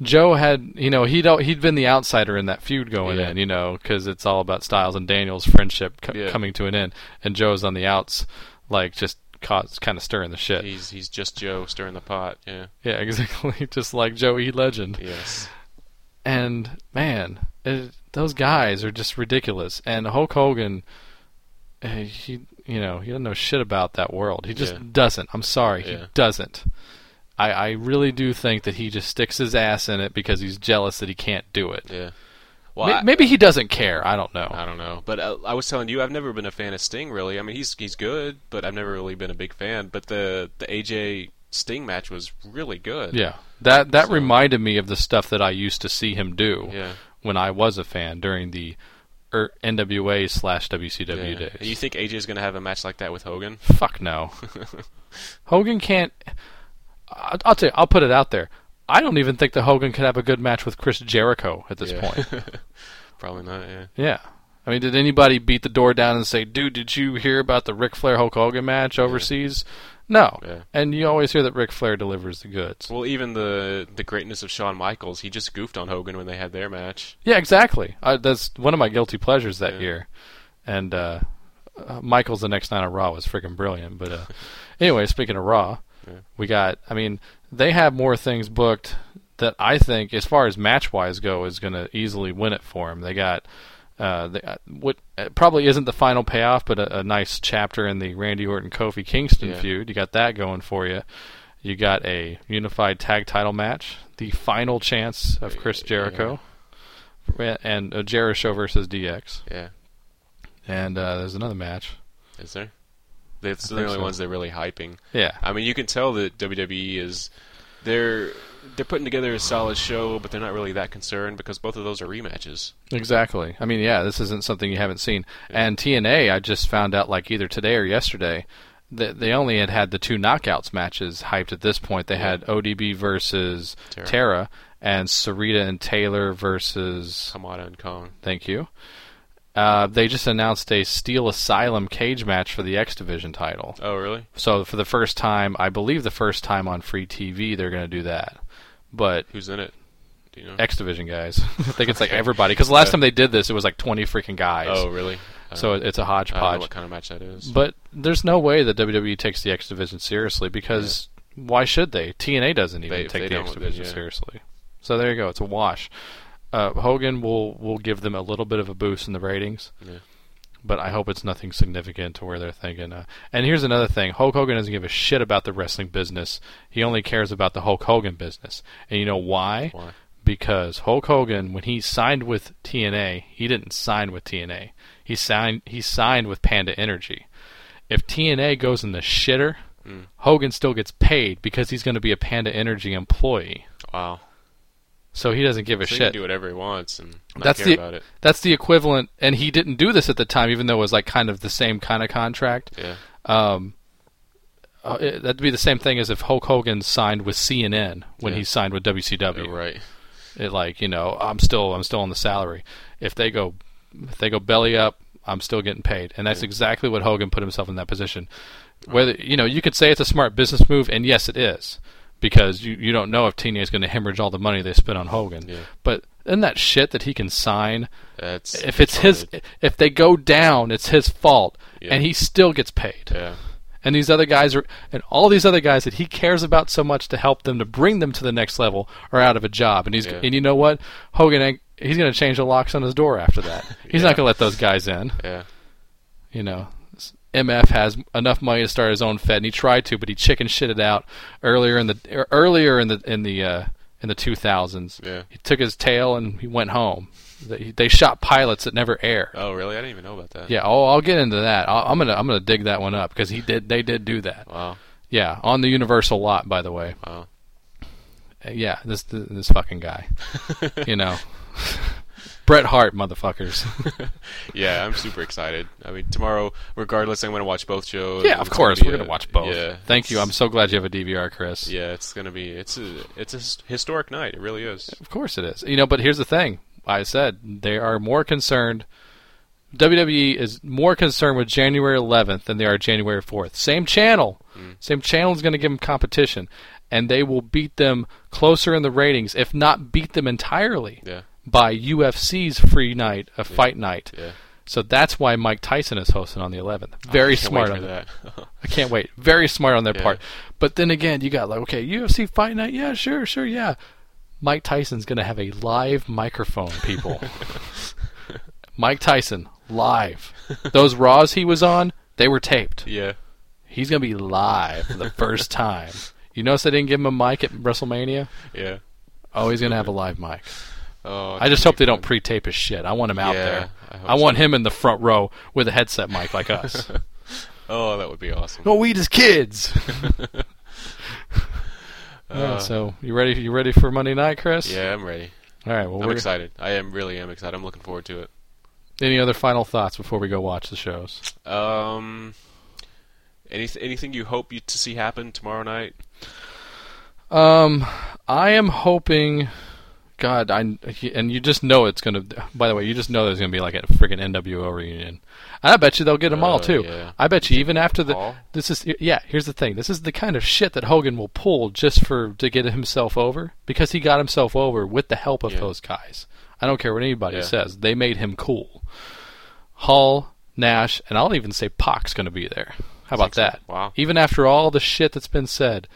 Joe had you know he'd al- he'd been the outsider in that feud going
Yeah.
in, you know, because it's all about Styles and Daniels' friendship co-
Yeah.
coming to an end, and Joe's on the outs, like just cause kind of stirring the shit.
He's he's just Joe stirring the pot. Yeah.
yeah, exactly, just like Joey Legend.
Yes.
And man, it, those guys are just ridiculous. And Hulk Hogan, eh, he you know he doesn't know shit about that world. He just
Yeah.
doesn't. I'm sorry,
Yeah.
he doesn't. I, I really do think that he just sticks his ass in it because he's jealous that he can't do it.
Yeah.
Ma-
Well, I,
maybe he doesn't care. I don't know.
I don't know, but uh, I was telling you, I've never been a fan of Sting really. I mean, he's he's good, but I've never really been a big fan. But the the AJ Sting match was really good.
Yeah, that that
So-
reminded me of the stuff that I used to see him do
Yeah.
when I was a fan during the er, NWA slash
Yeah.
WCW days.
And you think AJ's gonna have a match like that with Hogan?
Fuck no. Hogan can't. I- I'll tell you. I'll put it out there. I don't even think that Hogan could have a good match with Chris Jericho at this
Yeah.
point.
Probably not. Yeah.
Yeah. I mean, did anybody beat the door down and say, "Dude, did you hear about the Ric Flair Hulk Hogan match overseas?" No.
Yeah.
And you always hear that Ric Flair delivers the goods.
Well, even the the greatness of Shawn Michaels, he just goofed on Hogan when they had their match.
Yeah, exactly. I, that's one of my guilty pleasures that
Yeah.
year. And uh, uh, Michael's the next night on Raw was freaking brilliant. But uh, anyway, speaking of Raw, we got. I mean, they have more things booked that I think, as far as match wise go, is going to easily win it for them. They got. Uh, they, uh, what uh, probably isn't the final payoff, but a, a nice chapter in the Randy Orton Kofi Kingston
Yeah.
feud. You got that going for you. You got a unified tag title match, the final chance of Chris Jericho, and uh, Jericho versus DX.
Yeah.
And uh, there's another match.
Is there? That's the
think
only
so.
ones they're really hyping.
Yeah,
I mean, you can tell that WWE is they're they're putting together a solid show, but they're not really that concerned because both of those are rematches.
exactly. I mean, yeah, this isn't something you haven't seen. And TNA, I just found out like either today or yesterday they, they only had had the two knockouts matches hyped at this point. They had ODB versus Tara,
Tara.
and Sarita and Taylor versus.
Kamada and Kong.
Thank you. Uh, they just announced a Steel Asylum cage match for the X Division title.
Oh, really?
So for the first time, I believe the first time on free TV, they're going to do that. But
Who's in it? Do you know?
X Division guys, I think it's like everybody. Because last
Yeah.
time they did this, it was like twenty freaking guys.
oh, really? I
so
don't-
it- it's a
I don't know
hodgepodge.
what kind of match that is.
But there's no way that WWE takes the X Division seriously because why should they? TNA doesn't even
They- if
take
they
the
don't,
X
then
Division
yeah.
seriously. So there you go. It's a wash. Uh, Hogan will will give them a little bit of a boost in the ratings,
Yeah.
but I hope it's nothing significant to where they're thinking. Uh, and here's another thing: Hulk Hogan doesn't give a shit about the wrestling business. He only cares about the Hulk Hogan business. And you know why?
Why?
Because Hulk Hogan, when he signed with TNA, he didn't sign with TNA. He signed he signed with Panda Energy if TNA goes in the shitter,
Mm.
Hogan still gets paid because he's going to be a Panda Energy employee.
wow.
So he doesn't give a
So he can
shit.
do whatever he wants and not
That's
care
the
about it.
that's the equivalent, and he didn't do this at the time, even though it was like kind of the same kind of contract.
Yeah.
Uh, it- that'd be the same thing as if Hulk Hogan signed with CNN when
Yeah.
he signed with WCW.
Right.
It like you know I'm still I'm still on the salary. If they go if they go belly up, I'm still getting paid, and that's exactly what Hogan put himself in that position. Whether you know you could say it's a smart business move, and yes, it is because you you don't know if TNA is going to hemorrhage all the money they spent on Hogan.
Yeah.
But isn't that shit that he can sign?
That's
If it's his, if they go down, it's his fault,
Yeah.
and he still gets paid
Yeah.
and these other guys are and all these other guys that he cares about so much to help them to bring them to the next level are out of a job and he's
Yeah.
and you know what Hogan ain't- he's going to change the locks on his door after that he's not going to let those guys in
Yeah.
you know MF has enough money to start his own Fed and he tried to but he chicken shitted out earlier in the er, earlier in the in the uh, in the 2000s
Yeah.
he took his tail and he went home they, they shot pilots that never aired
Oh, really? I didn't even know about that.
yeah, oh, I'll get into that. I'll, I'm gonna I'm gonna dig that one up because he did they did do that.
Wow.
Yeah, on the Universal lot, by the way.
Wow.
Uh, Yeah, this this, this fucking guy. you know, Bret Hart, motherfuckers.
Yeah, I'm super excited. I mean, tomorrow, regardless, I'm going to watch both shows.
yeah, of
It's
course
be
we're
a-
gonna watch both.
Yeah.
Thank you.
it's-
I'm so glad you have a DVR, Chris.
Yeah, it's going to be. It's a. It's a his- historic night. It really is.
Of course it is. You know, but here's the thing. I said they are more concerned. WWE is more concerned with January 11th than they are January 4th. Same channel,
Mm.
same channel is going to give them competition, and they will beat them closer in the ratings, if not beat them entirely,
Yeah.
by UFC's free night, a fight night.
Yeah.
So that's why Mike Tyson is hosting on the 11th. Very
I can't
smart
wait
on
for
that.
that.
I can't wait. Very smart on their
Yeah.
part. But then again, you got like, okay, UFC fight night. Yeah, sure, sure, yeah. Mike Tyson's going to have a live microphone, people. Mike Tyson, live. Those Raws he was on, they were taped.
yeah.
He's going to be live for the first time. You notice they didn't give him a mic at WrestleMania?
Yeah.
Oh, he's going to have a live mic.
Oh,
I just hope they don't pre tape his shit. I want him out
Yeah,
there.
I hope
I, want him in the front row with a headset mic like us.
Oh, that would be awesome.
No, we just kids. Yeah, so you ready? You ready for Monday night, Chris?
Uh, Yeah, I'm ready.
All right. Well,
I'm
we're,
excited. I am really am excited. I'm looking forward to it.
any other final thoughts before we go watch the shows?
Um, anything anything you hope you to see happen tomorrow night?
Um, I am hoping. God, I and you just know it's gonna. By the way, you just know there's gonna be like a freaking NWO reunion. And I bet you they'll get them all
Uh,
too.
yeah.
I bet you even after the
Paul?
this is yeah. Here's the thing. This is the kind of shit that Hogan will pull just for to get himself over because he got himself over with the help of
Yeah.
those guys. I don't care what anybody
Yeah.
says. They made him cool. Hall, Nash, and I'll even say Pac's going to be there. How about
Think so?
that?
Wow.
Even after all the shit that's been said,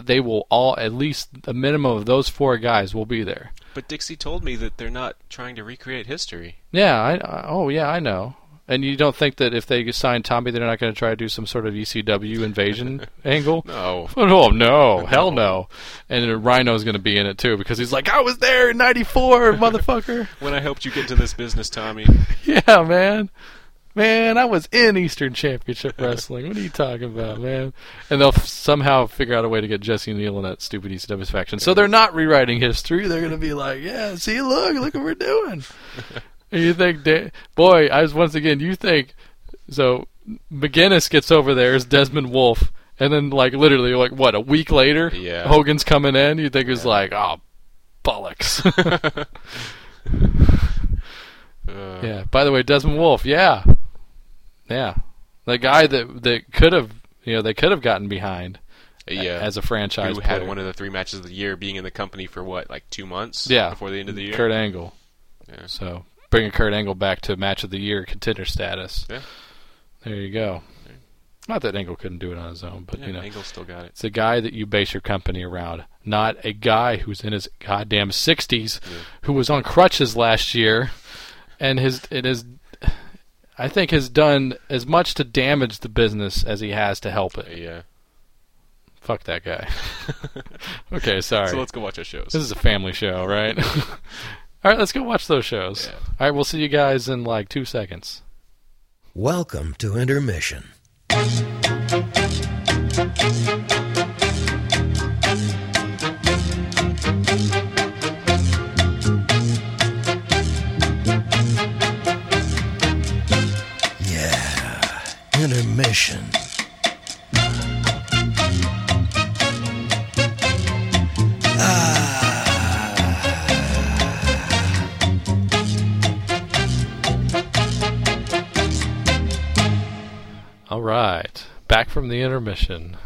they will all at least a minimum of those four guys will be there.
But Dixie told me that they're not trying to recreate history.
Yeah, I, I oh yeah, I know. And you don't think that if they sign Tommy, they're not going to try to do some sort of ECW invasion angle?
No.
Oh no, hell no! And then Rhino's going to be in it too because he's like, I was there in '94, motherfucker.
When I helped you get into this business, Tommy. uh,
Yeah, man. Man, I was in Eastern Championship Wrestling. What are you talking about, man? And they'll f- somehow figure out a way to get Jesse Neal in that stupid ECW faction. So they're not rewriting history. They're going to be like, yeah, see, look, look what we're doing. and you think, da- boy, I was once again, you think, so McGinnis gets over there as Desmond Wolf, and then like literally like what a week later,
Yeah.
Hogan's coming in. You think it's like oh, bollocks.
Uh,
yeah. By the way, Desmond Wolf. Yeah, yeah, the guy that that could have you know they could have gotten behind
yeah.
as a franchise.
who had
player.
one of the three matches of the year, being in the company for what, like two months?
yeah
before the end of the year.
Kurt Angle.
Yeah.
So bringing Kurt Angle back to match of the year contender status.
Yeah.
There you go. Not that Angle couldn't do it on his own, but
yeah,
you know,
Angle still got it.
It's a guy that you base your company around, not a guy who's in his goddamn sixties, who was on crutches last year, and his it is, I think, has done as much to damage the business as he has to help it.
Yeah.
Fuck that guy. okay, sorry.
So let's go watch our shows.
this is a family show, right? All right, let's go watch those shows.
Yeah.
All right, we'll see you guys in like two seconds.
Welcome to intermission. Yeah, intermission.
All right, back from the intermission,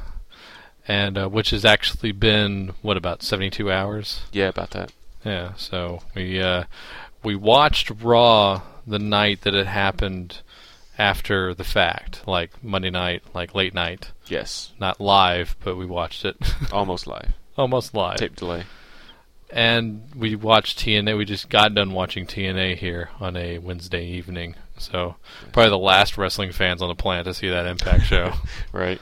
and uh, which has actually been what about seventy-two hours?
Yeah, about that.
Yeah, so we uh, we watched Raw the night that it happened after the fact, like Monday night, like late night,
Yes,
not live, but we watched it
almost live.
almost live.
Tape delay.
And we watched TNA. We just got done watching TNA here on a Wednesday evening, so probably the last wrestling fans on the planet to see that Impact show.
Right.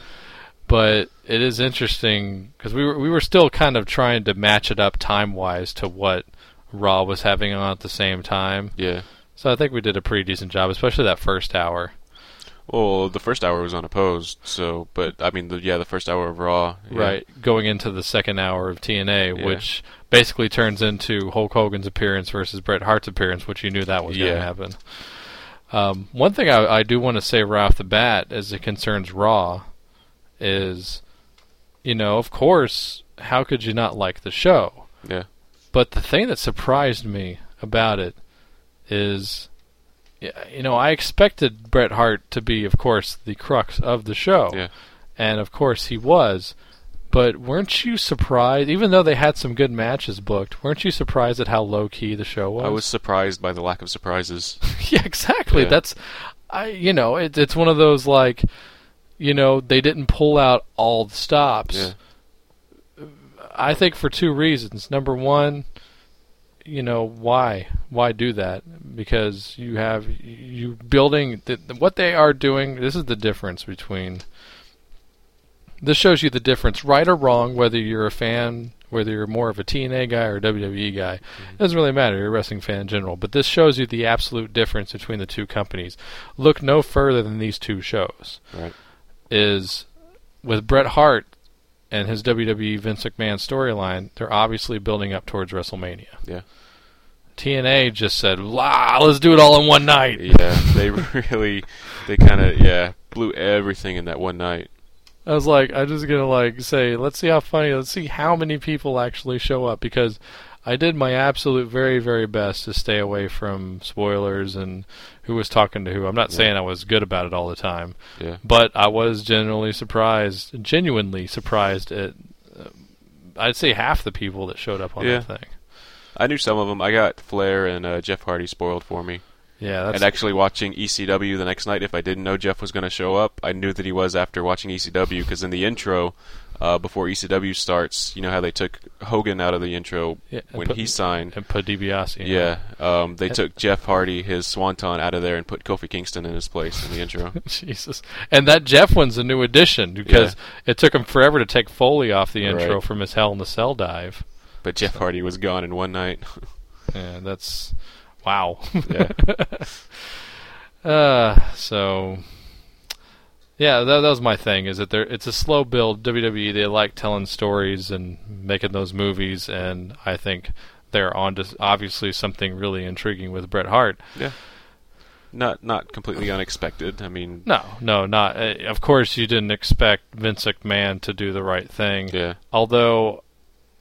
but it is interesting because we were we were still kind of trying to match it up time wise to what Raw was having on at the same time.
Yeah.
So I think we did a pretty decent job, especially that first hour.
Well, the first hour was unopposed. So, but I mean, the, yeah, the first hour of Raw. yeah.
Right, going into the second hour of TNA,
Yeah.
which basically turns into Hulk Hogan's appearance versus Bret Hart's appearance, which you knew that was going
Yeah.
to happen. Um, one thing I, I do want to say right off the bat, as it concerns Raw, is, you know, of course, how could you not like the show?
Yeah.
But the thing that surprised me about it is, y- you know, I expected Bret Hart to be, of course, the crux of the show.
Yeah.
And of course he was. But weren't you surprised, even though they had some good matches booked, weren't you surprised at how low key the show was?
I was surprised by the lack of surprises.
yeah, exactly.
Yeah.
That's, I, you know, it, it's one of those like, you know, they didn't pull out all the stops.
Yeah.
I think for two reasons. Number one, you know, why why do that? Because you have you building the, what they are doing. This is the difference between. This shows you the difference, right or wrong, whether you're a fan, whether you're more of a TNA guy or a WWE guy. It doesn't really matter. You're a wrestling fan in general. But this shows you the absolute difference between the two companies. Look no further than these two shows
Right.
is with Bret Hart and his WWE Vince McMahon storyline, they're obviously building up towards WrestleMania.
Yeah.
TNA just said, "La, let's do it all in one night."
Yeah. They really, they kind of yeah blew everything in that one night.
I was like, I'm just gonna like say, let's see how funny, let's see how many people actually show up because I did my absolute very very best to stay away from spoilers and who was talking to who. I'm not saying I was good about it all the time,
Yeah.
but I was generally surprised, genuinely surprised at. uh, I'd say half the people that showed up on
Yeah.
that thing.
I knew some of them. I got Flair and uh, Jeff Hardy spoiled for me.
Yeah, that's
and actually, watching ECW the next night, if I didn't know Jeff was going to show up, I knew that he was after watching E ECW because in the intro, uh, before ECW starts, you know how they took Hogan out of the intro
Yeah, and
when
put-
he signed.
and put DiBiase. in.
Yeah, um, they took Jeff Hardy, his Swanton, out of there and put Kofi Kingston in his place in the intro.
Jesus. And that Jeff one's a new addition because it took him forever to take Foley off the intro
Right.
from his Hell in the Cell dive.
But Jeff Hardy was gone in one night.
Yeah, that's wow.
yeah,
uh, so yeah, that, that was my thing. Is that there? It's a slow build. WWE they like telling stories and making those movies, and I think they're on to s- obviously something really intriguing with Bret Hart.
yeah, Not not completely unexpected. I mean,
No, no, not. Uh, of course, you didn't expect Vince McMahon to do the right thing.
Yeah.
Although,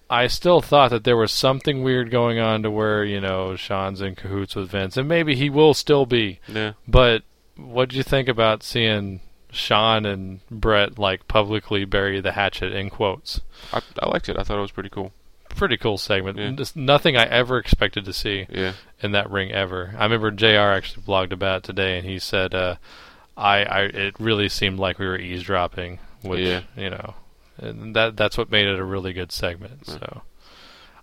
I still thought that there was something weird going on to where you know Sean's in cahoots with Vince, and maybe he will still be.
yeah.
But what do you think about seeing Sean and Brett like publicly bury the hatchet in quotes?
I, I liked it. I thought it was pretty cool.
Pretty cool segment.
Yeah.
Just nothing I ever expected to see
Yeah.
in that ring ever. I remember Jr. actually blogged about it today, and he said, uh, "I, I, it really seemed like we were eavesdropping." Which
Yeah.
you know, and that that's what made it a really good segment. So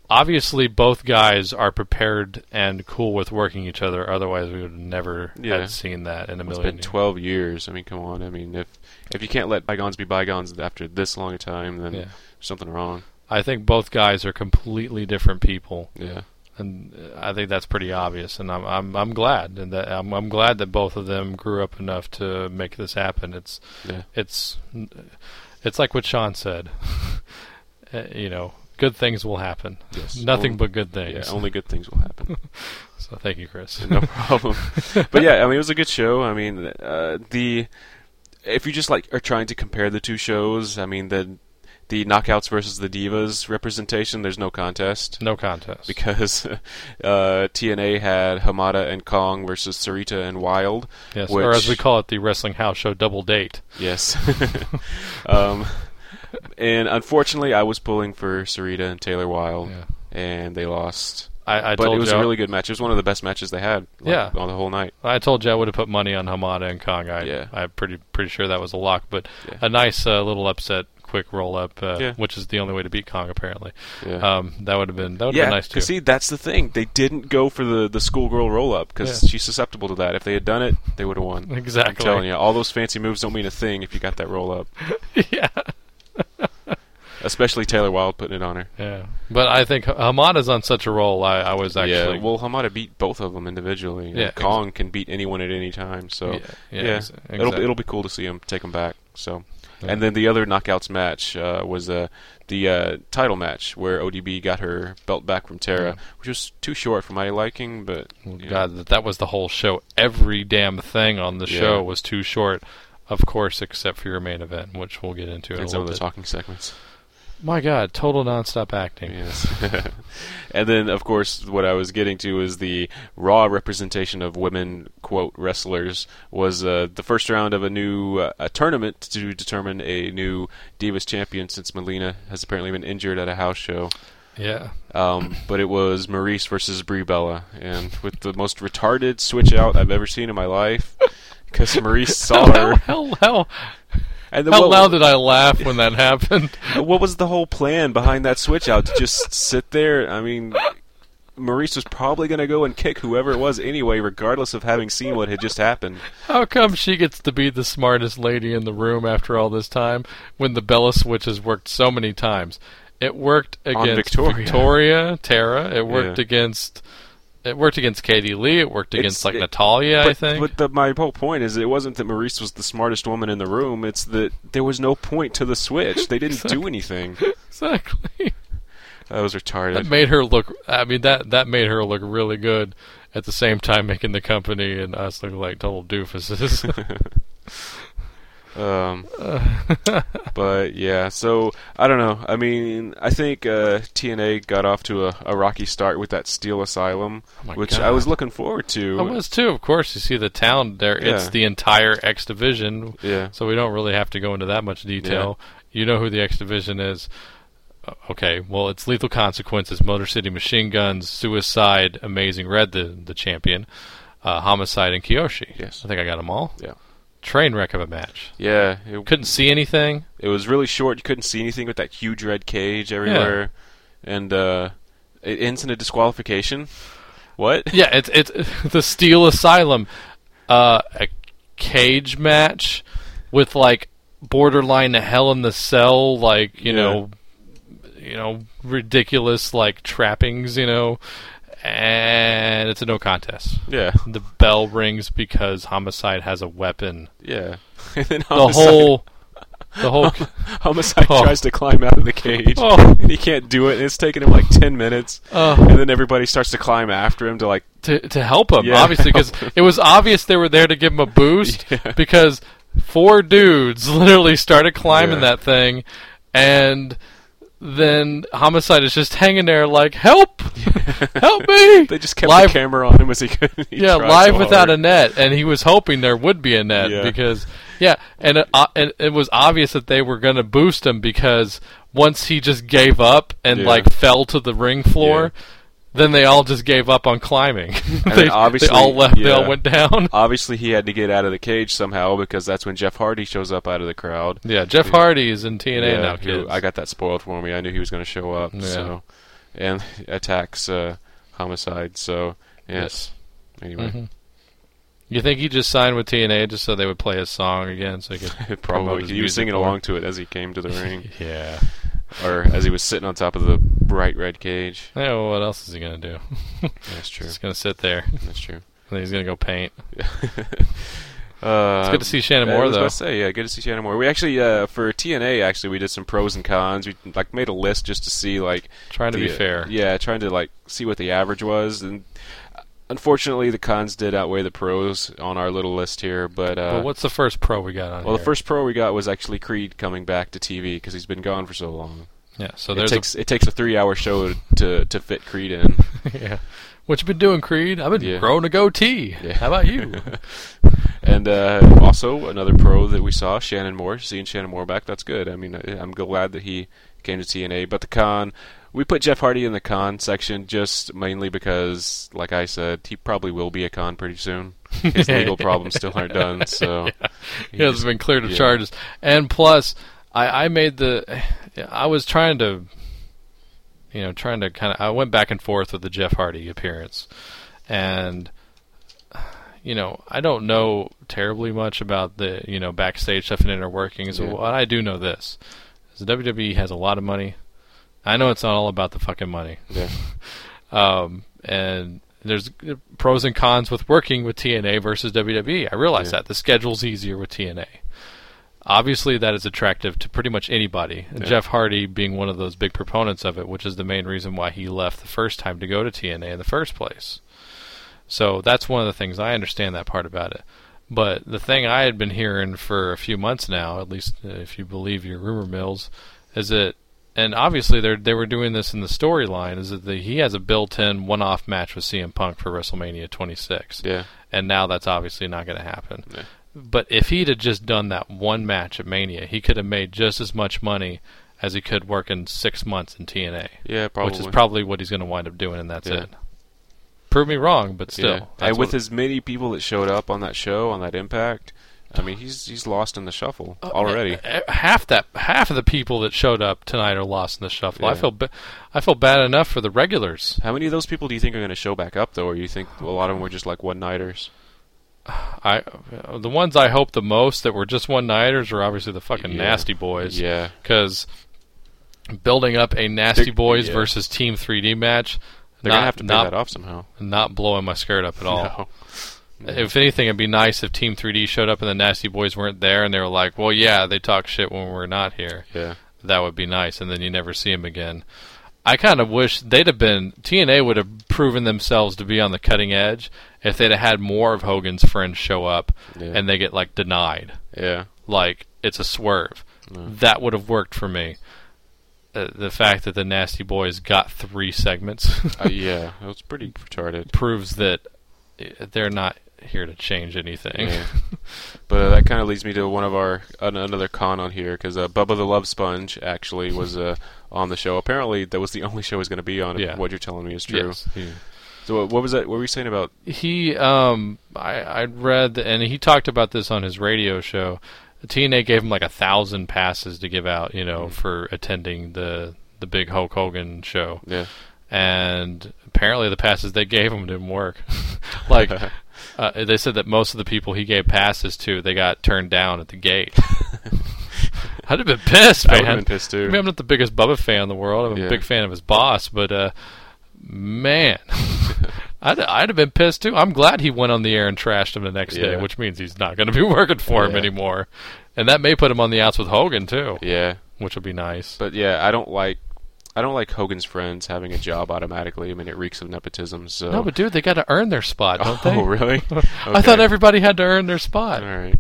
obviously, both guys are prepared and cool with working each other. Otherwise, we would never
Yeah.
have seen that in a
It's
million.
been
years.
12 years. I mean, come on. I mean, if if you can't let bygones be bygones after this long a time, then
Yeah.
there's something wrong.
I think both guys are completely different people.
Yeah.
and uh, I think that's pretty obvious. And I'm I'm I'm glad and that I'm I'm glad that both of them grew up enough to make this happen. It's
Yeah.
it's it's like what Sean said. Uh, you know, good things will happen.
Yes.
Nothing
Only-
but good
Yeah, um,
things.
only good things will happen.
so thank you, Chris.
no problem. but yeah, I mean, it was a good show. I mean, uh, the if you just like are trying to compare the two shows, I mean the the knockouts versus the divas representation, there's no contest
no contest.
because uh, TNA had Hamada and Kong versus Sarita and Wild,
yes,
which,
or as we call it, the wrestling house show double date.
yes. um, and unfortunately, I was pulling for Sarita and Taylor Wild,
Yeah.
and they lost.
I, I
but
told
it was
you.
a really good match. It was one of the best matches they had. like,
Yeah.
on the whole night.
I told you I would have put money on Hamada and Kong. I,
Yeah.
I'm pretty pretty sure that was a lock, but
Yeah.
a nice uh, little upset, quick roll up, uh,
Yeah.
which is the only way to beat Kong apparently.
Yeah.
Um, that would have been that would have
Yeah,
been nice too.
see, that's the thing. They didn't go for the, the schoolgirl roll up because
Yeah.
she's susceptible to that. If they had done it, they would have won. I'm
Exactly.
telling you, all those fancy moves don't mean a thing if you got that roll up.
yeah,
Especially Taylor Wilde putting it on her.
yeah. But I think Hamada's on such a roll. I, I was actually
yeah, well, Hamada beat both of them individually. and
Yeah,
Kong can beat anyone at any time. So
Yeah, yeah, ex-
it'll
exactly.
it'll be cool to see him take him back. So,
Yeah.
and then the other knockouts match uh, was uh, the uh, title match where ODB got her belt back from Tara, which was too short for my liking, but you know.
God that that was the whole show. Every damn thing on the
Yeah.
show was too short. Of course, except for your main event, which we'll get into in
and
a
some
little
of the
bit.
talking segments.
My God, total nonstop acting.
Yes. and then, of course, what I was getting to is the raw representation of women, quote, wrestlers, was uh, the first round of a new uh, a tournament to determine a new Divas champion since Melina has apparently been injured at a house show.
Yeah.
Um, but it was Maurice versus Brie Bella, and with the most retarded switch out I've ever seen in my life. Because Maurice saw
How,
her.
how, how,
And then
how
what-
loud did I laugh when that happened?
what was the whole plan behind that switch out to just sit there? I mean, Maurice was probably going to go and kick whoever it was anyway, regardless of having seen what had just happened.
How come she gets to be the smartest lady in the room after all this time when the Bella switch has worked so many times? It worked against
Victoria.
Victoria, Tara. It worked
Yeah.
against it worked against Katie Lee. It worked against
It's-
like
it-
Natalia,
but
I think.
but the, my whole point is, it wasn't that Maurice was the smartest woman in the room. It's that there was no point to the switch. They didn't do anything.
exactly.
That was
That
retarded.
made her look. I mean that that made her look really good. At the same time, making the company and us look like total doofuses.
Um, but yeah, so I don't know. I mean, I think uh, TNA got off to a, a rocky start with that Steel Asylum,
Oh my
which
God.
I was looking forward to.
I was too. Of course, you see the town there. It's
Yeah.
the entire X division.
Yeah.
So we don't really have to go into that much detail. You know who the X Division is. Uh, Okay, well, it's Lethal Consequences, Motor City Machine Guns, Suicide, Amazing Red, the, the champion, uh, Homicide, and Kiyoshi.
Yes.
I think I got them all.
Yeah.
Train wreck of a match.
Yeah, it,
Couldn't see anything.
it was really short. You couldn't see anything with that huge red cage everywhere, and uh, it ends in a disqualification. What?
Yeah, it's it's the Steel Asylum, uh, a cage match with like borderline Hell in the Cell, like you
Yeah.
know, you know, ridiculous like trappings, you know, and it's a no contest.
Yeah,
The bell rings because Homicide has a weapon.
yeah. and then
The
homicide,
whole, the whole.
homicide
Oh.
tries to climb out of the cage,
Oh.
and he can't do it. And it's taking him like ten minutes,
Oh.
and then everybody starts to climb after him to like
to to help him,
Yeah,
obviously, because it was obvious they were there to give him a boost because four dudes literally started climbing
Yeah.
that thing, and then homicide is just hanging there like help, help me.
They just kept
live,
the camera on him as he could. he
yeah,
tried
live
so
without
hard.
a net, and he was hoping there would be a net
Yeah.
because yeah, and it, uh, and it was obvious that they were going to boost him because once he just gave up and
Yeah.
like fell to the ring floor. Then they all just gave up on climbing.
then
they,
obviously-
they all left. They
yeah.
all went down.
Obviously, he had to get out of the cage somehow because that's when Jeff Hardy shows up out of the crowd.
Yeah, Jeff Hardy is in TNA
Yeah,
now,
who-
kids.
I got that spoiled for me. I knew he was going to show up. So, and attacks uh, homicide. So yes. Mm-hmm. Anyway,
you think he just signed with TNA just so they would play his song again, so he could promote
probably
his
he was
music
singing
more?
along to it as he came to the ring,
Yeah.
or as he was sitting on top of the bright red cage.
Yeah. Well, what else is he gonna do?
That's true.
He's gonna sit there.
That's true.
And then he's gonna go paint.
Uh,
It's good to see Shannon
Yeah,
Moore
I Uh, was
though.
about to say, yeah, good to see Shannon Moore. We actually uh, for TNA actually we did some pros and cons. We like made a list just to see like
Trying to
the-
be fair.
Yeah, trying to like see what the average was, and unfortunately the cons did outweigh the pros on our little list here. But uh,
But what's the first pro we got on?
well, the
here?
first pro we got was actually Creed coming back to TV because he's been gone for so long.
yeah. So
It
there's
takes it takes a three hour show to to fit Creed in.
a, yeah. What you been doing, Creed? I've been
Yeah.
growing a goatee.
Yeah.
How about you?
And uh, also another pro that we saw, Shannon Moore. Seeing Shannon Moore back, that's good. I mean, I- I'm glad that he came to TNA. But the con, we put Jeff Hardy in the con section just mainly because, like I said, he probably will be a con pretty soon. His legal problems still aren't done, so
he has been cleared of
yeah.
charges. And plus, I, I made the, I was trying to, you know, trying to kind of, I went back and forth with the Jeff Hardy appearance, and, you know, I don't know terribly much about the, you know, backstage stuff and inner workings.
Yeah.
What I do know this is the WWE has a lot of money. I know it's not all about the fucking money
yeah,
um, and there's pros and cons with working with TNA versus WWE. I realize
Yeah.
that the schedule's easier with TNA. Obviously, that is attractive to pretty much anybody. and Jeff Hardy being one of those big proponents of it, which is the main reason why he left the first time to go to TNA in the first place. So that's one of the things I understand that part about it. But the thing I had been hearing for a few months now, at least uh, if you believe your rumor mills, is that, and obviously they they were doing this in the storyline, is that the, he has a built-in one-off match with CM Punk for WrestleMania 26.
Yeah.
And now that's obviously not going to happen. But if he'd have just done that one match at Mania, he could have made just as much money as he could work in six months in TNA.
yeah, probably.
Which is probably what he's going to wind up doing, and that's
Yeah.
it. Prove me wrong, but
Yeah.
still.
And
that's
with
what-
as many people that showed up on that show on that Impact, I mean, he's he's lost in the shuffle already.
Uh, half that half of the people that showed up tonight are lost in the shuffle. I
Yeah.
feel ba- I feel bad enough for the regulars.
How many of those people do you think are going to show back up though, or you think a lot of them were just like one nighters?
I uh, the ones I hope the most that were just one nighters are obviously the fucking
Yeah.
nasty boys.
Yeah.
because building up a nasty
They're-
boys
yeah.
versus Team 3D match.
They're
not,
gonna have to pay
not, Oh.
that off somehow.
Not blowing my skirt up at all.
No.
If anything, it'd be nice if Team 3D showed up and the Nasty Boys weren't there, and they were like, "Well, yeah, they talk shit when we're not here."
Yeah.
that would be nice, and then you never see them again. I kind of wish they'd have been TNA would have proven themselves to be on the cutting edge if they'd have had more of Hogan's friends show up
Yeah.
and they get like denied,
Yeah.
like it's a swerve. That would have worked for me. Uh, the fact that the Nasty Boys got three segments
Uh, yeah. It was pretty retarded.
proves that uh, they're not here to change anything.
Yeah. But uh, that kind of leads me to one of our an, another con on here because uh, Bubba the Love Sponge actually was uh, on the show. Apparently, that was the only show he was going to be on. if
Yeah.
What you're telling me is true.
Yes.
So what, what was that? What were you saying about?
he um I, I read and he talked about this on his radio show. TNA gave him like a thousand passes to give out, you
Mm.
know, for attending the the big Hulk Hogan show.
Yeah.
And apparently the passes they gave him didn't work. like uh, they said that most of the people he gave passes to, they got turned down at the gate. I'd have been pissed,
I
man.
would've been pissed, too.
I mean, I'm not the biggest Bubba fan in the world. I'm a
Yeah.
big fan of his boss, but uh, man, I'd, I'd have been pissed too. I'm glad he went on the air and trashed him the next day,
Yeah.
which means he's not going to be working for him
Yeah.
anymore, and that may put him on the outs with Hogan too,
Yeah.
which would be nice.
But yeah, I don't like. I don't like Hogan's friends having a job automatically. I mean, it reeks of nepotism. So
No, but dude, they got to earn their spot, don't they?
oh, really?
I thought
Okay.
everybody had to earn their spot.
All right.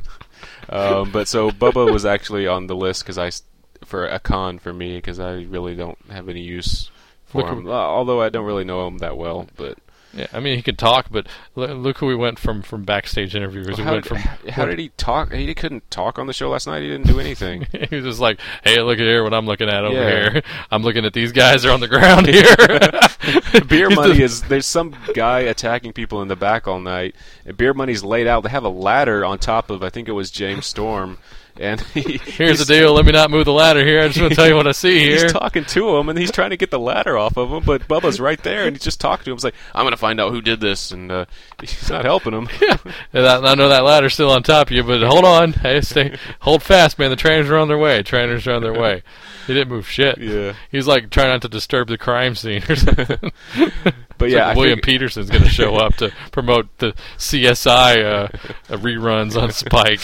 Um, but so Bubba was actually on the list because I s- for a con for me because I really don't have any use for
Look,
him. Uh, Although I don't really know him that well, but
Yeah, I mean, he could talk, but l- look who we went from from backstage interviewers. we
how,
went
did,
from
how did he talk? He couldn't talk on the show last night. He didn't do anything.
he was just like, "Hey, look at here what I'm looking at over
Yeah.
here. I'm looking at these guys are on the ground here.
Beer
He's
money
just-
is there's some guy attacking people in the back all night. And beer money's laid out. They have a ladder on top of I think it was James Storm, and he,
Here's the
he's-
deal. Let me not move the ladder here. I just want to tell you what I see here.
He's talking to him, and he's trying to get the ladder off of him, but Bubba's right there, and he's just talking to him. He's like, "I'm going to find out who did this," and uh, he's not helping him.
And I, I know that ladder's still on top of you, but hold on. Hey, stay, hold fast, man. The trainers are on their way. Trainers are on their way. He didn't move shit.
Yeah.
He's like trying not to disturb the crime scene or something.
But
It's
yeah,
like
I
William
fig-
Peterson's going to show up to promote the CSI uh, uh, reruns on Spike.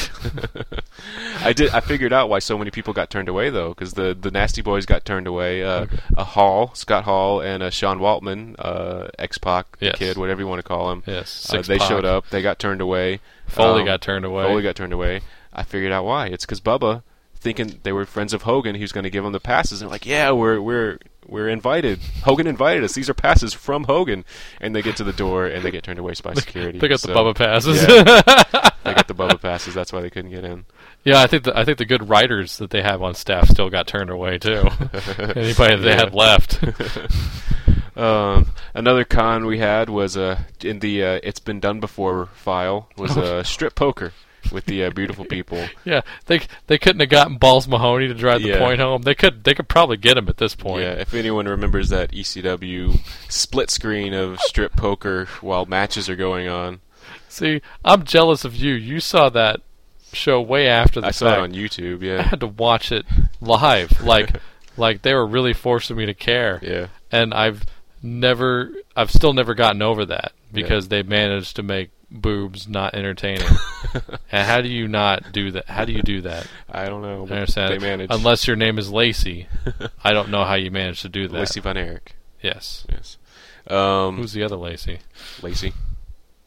I did. I figured out why so many people got turned away though, because the the Nasty Boys got turned away. Uh, A Hall, Scott Hall, and uh, Sean Waltman, uh, X Pac,
Yes.
kid, whatever you want to call him.
Yes,
uh,
Six
they
Pac.
showed up. They got turned away. Um,
Foley got turned away.
Foley got turned away. I figured out why. It's because Bubba, thinking they were friends of Hogan, he was going to give them the passes, and like, yeah, we're we're we're invited. Hogan invited us. These are passes from Hogan, and they get to the door and they get turned away by security.
They got
So,
the Bubba passes.
Yeah. they got the Bubba passes. That's why they couldn't get in.
Yeah, I think the, I think the good writers that they have on staff still got turned away too. Anybody that they had left.
Um, another con we had was uh, in the uh, "It's Been Done Before" file was uh, strip poker with the uh, beautiful people.
yeah, they they couldn't have gotten Balls Mahoney to drive the
Yeah.
point home. They could they could probably get him at this point.
Yeah, if anyone remembers that ECW split screen of strip poker while matches are going on,
See, I'm jealous of you. You saw that show way after the
I saw it
fact.
on YouTube.
I
Yeah,
had to watch it live. Like like they were really forcing me to care.
Yeah.
And I've never I've still never gotten over that because they managed to make boobs not entertaining. and how do you not do that? How do you do that?
I don't know. but
I understand.
They managed.
Unless your name is Lacey. I don't know how you managed to do that.
Lacey Von Erich.
Yes.
Yes. Um,
Who's the other Lacey?
Lacey?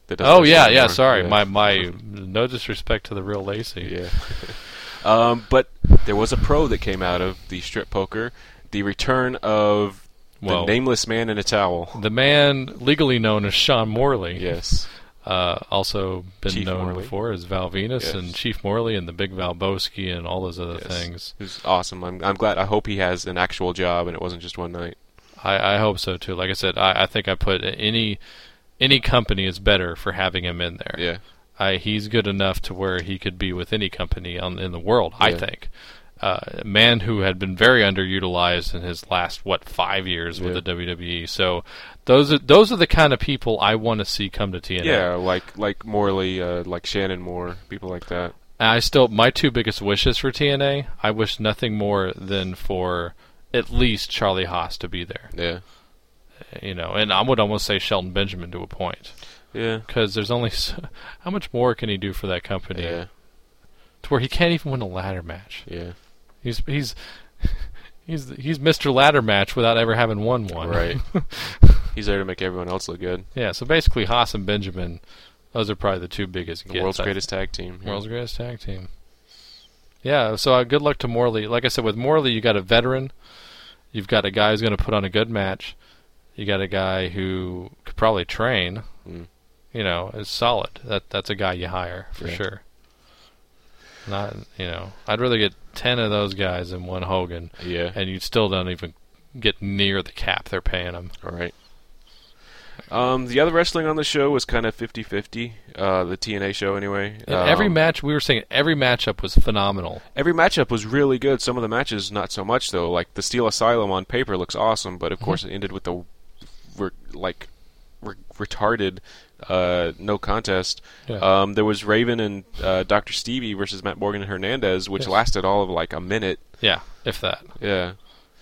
That does
Oh
that
yeah,
show
yeah.
anymore.
Sorry,
Yeah.
my my. No disrespect to the real Lacey.
Yeah. um, but there was a pro that came out of the strip poker, the return of
Well-
the nameless man in a towel.
The man legally known as Sean Morley.
Yes.
uh, also been
Chief
known
Morley.
before as Val Venus
Yes.
and Chief Morley and the Big Valboski and all those other
Yes.
things.
It was awesome. I'm, I'm glad. I hope he has an actual job and it wasn't just one night.
I, I hope so too. Like I said, I, I think I put any any company is better for having him in there.
Yeah.
I, he's good enough to where he could be with any company on, in the world. I
Yeah.
think. Uh, a man who had been very underutilized in his last what five years with
Yeah.
the WWE. So those are those are the kind of people I want to see come to TNA.
Yeah, like like Morley, uh, like Shannon Moore, people like that.
And I still my two biggest wishes for TNA. I wish nothing more than for at least Charlie Haas to be there.
Yeah.
You know, and I would almost say Shelton Benjamin to a point
Yeah.
because there's only so, how much more can he do for that company
Yeah.
to where he can't even win a ladder match.
Yeah.
He's he's he's he's Mr. Ladder Match without ever having won one.
Right. He's there to make everyone else look good.
yeah. So basically, Haas and Benjamin, those are probably the two biggest.
The
gets,
world's
I
greatest tag team. Yeah.
Mm. World's greatest tag team. Yeah, so uh, good luck to Morley. Like I said, with Morley, you got a veteran, you've got a guy who's going to put on a good match, you got a guy who could probably train. You know, is solid. That that's a guy you hire for
Yeah.
sure. Not you know, I'd rather get ten of those guys than one Hogan,
Yeah.
and you still don't even get near the cap they're paying him.
All right. Um, the other wrestling on the show was kind of 50-50, uh, the TNA show anyway.
And every
Um,
match we were saying, every matchup was phenomenal.
every matchup was really good. Some of the matches not so much though. Like the Steel Asylum on paper looks awesome,
Mm-hmm.
but of course it ended with the re- like re- retarded uh, no contest.
Yeah.
Um, there was Raven and uh, Dr. Stevie versus Matt Morgan and Hernandez, which
Yes.
lasted all of like a minute.
Yeah, if that.
Yeah.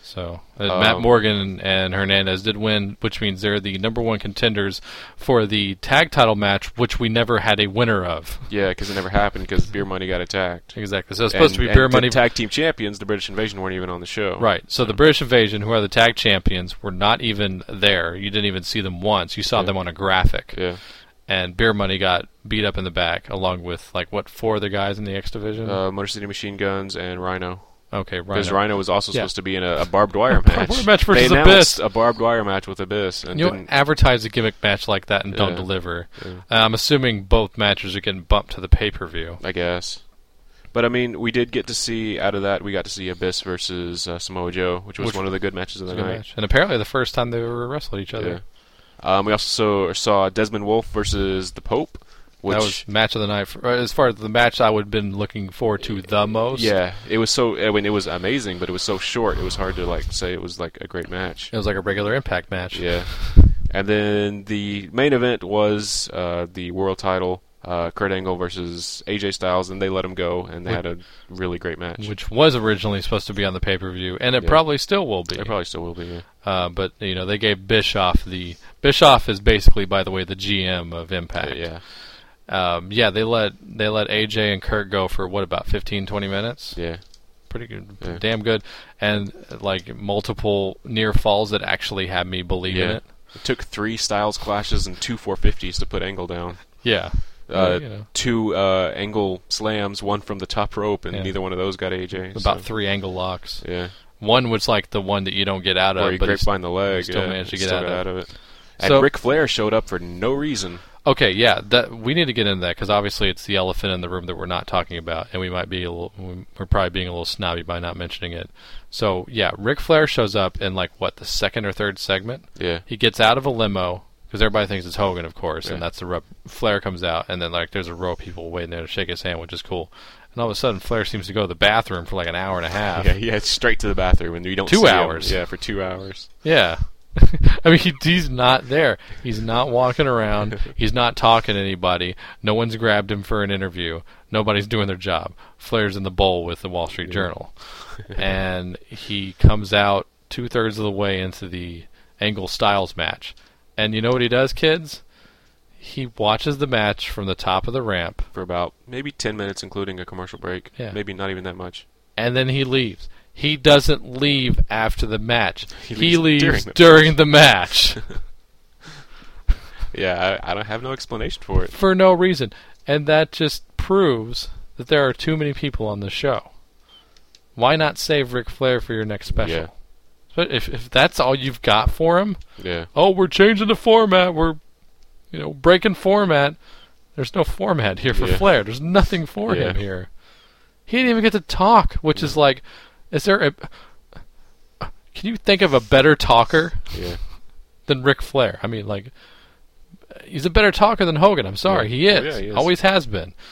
So uh,
Um,
Matt Morgan and Hernandez did win, which means they're the number one contenders for the tag title match, which we never had a winner of.
Yeah, because it never happened because Beer Money got attacked.
Exactly. So it's supposed
And-
to be
and
Beer
the
Money
tag team champions. The British Invasion weren't even on the show.
Right. So the British Invasion, who are the tag champions, were not even there. You didn't even see them once. You saw them on a graphic.
Yeah.
And Beer Money got beat up in the back, along with like what four other guys in the X division.
Uh, Motor City Machine Guns and Rhino.
okay, right.
Because Rhino was also
Yeah.
supposed to be in a, a barbed wire match.
wire match versus
they
Abyss.
announced a barbed wire match with Abyss and
You don't
didn't.
advertise a gimmick match like that and don't
Yeah.
deliver. Uh, I'm assuming both matches are getting bumped to the pay per view.
I guess. But I mean, we did get to see out of that. We got to see Abyss versus uh, Samoa Joe, which was
Which-
one of the good matches of the night.
match. And apparently, the first time they ever wrestled each other.
Yeah. Um, we also saw Desmond Wolf versus the Pope, which
that was match of the night. For, uh, as far as the match I would have been looking forward to the most.
yeah, it was so. I mean, it was amazing, but it was so short. It was hard to like say it was like a great match.
It was like a regular Impact match.
Yeah. And then the main event was uh, the world title, uh, Kurt Angle versus AJ Styles, and they let him go, and they had a really great match.
Which was originally supposed to be on the pay per view, and it
Yeah.
probably still will be.
They probably still will be. Yeah.
Uh, but you know, they gave Bischoff the Bischoff is basically, by the way, the GM of
Uh,
Impact.
yeah,
Um, yeah, they let they let AJ and Kurt go for what about 15, 20 minutes?
yeah.
Pretty good,
Yeah.
damn good, and uh, like multiple near falls that actually had me believe in
Yeah.
it.
It took three Styles clashes and two 450s to put Angle down.
Yeah,
Uh,
You know,
Two uh, Angle slams, one from the top rope, and
Yeah.
neither one of those got AJ.
about
so,
three angle locks.
yeah,
One was like the one that you don't get out
where
of,
he
but it's-
graped behind the leg.
still
yeah,
managed to
he
get
still
out
got
of
out
it.
of it. And
So-
Ric Flair showed up for no reason.
Okay, yeah, that we need to get into that because obviously it's the elephant in the room that we're not talking about, and we might be a little, we- we're probably being a little snobby by not mentioning it. So yeah, Ric Flair shows up in like what the second or third segment.
Yeah.
he gets out of a limo because everybody thinks it's Hogan, of course,
Yeah.
and that's the rub. Flair comes out, and then like there's a row of people waiting there to shake his hand, which is cool. And all of a sudden, Flair seems to go to the bathroom for like an hour and a half.
Yeah, he heads straight to the bathroom, and you don't
Two
see him.
hours.
Yeah, for two hours.
Yeah. I mean, he- he's not there. He's not walking around. He's not talking to anybody. No one's grabbed him for an interview. Nobody's doing their job. Flair's in the bowl with the Wall Street Journal. And he comes out two thirds of the way into the Angle Styles match. And you know what he does, kids? He watches the match from the top of the ramp.
for about maybe 10 minutes, including a commercial break.
Yeah.
Maybe not even that much.
and then he leaves. He doesn't leave after the match. He, leaves,
leaves during
during,
the
the match
Yeah, I, I don't have no explanation for it.
for no reason. And that just proves that there are too many people on the show. Why not save Ric Flair for your next special?
Yeah.
But if, if that's all you've got for him,
Yeah.
oh, we're changing the format. We're, you know, breaking format. There's no format here for
Yeah.
Flair. There's nothing for
Yeah.
him here. He didn't even get to talk, which is like, is there a? Can you think of a better talker
Yeah.
than Ric Flair? I mean, like, he's a better talker than Hogan. I'm sorry,
Yeah.
he,
Oh,
is.
yeah, he is.
Always has been.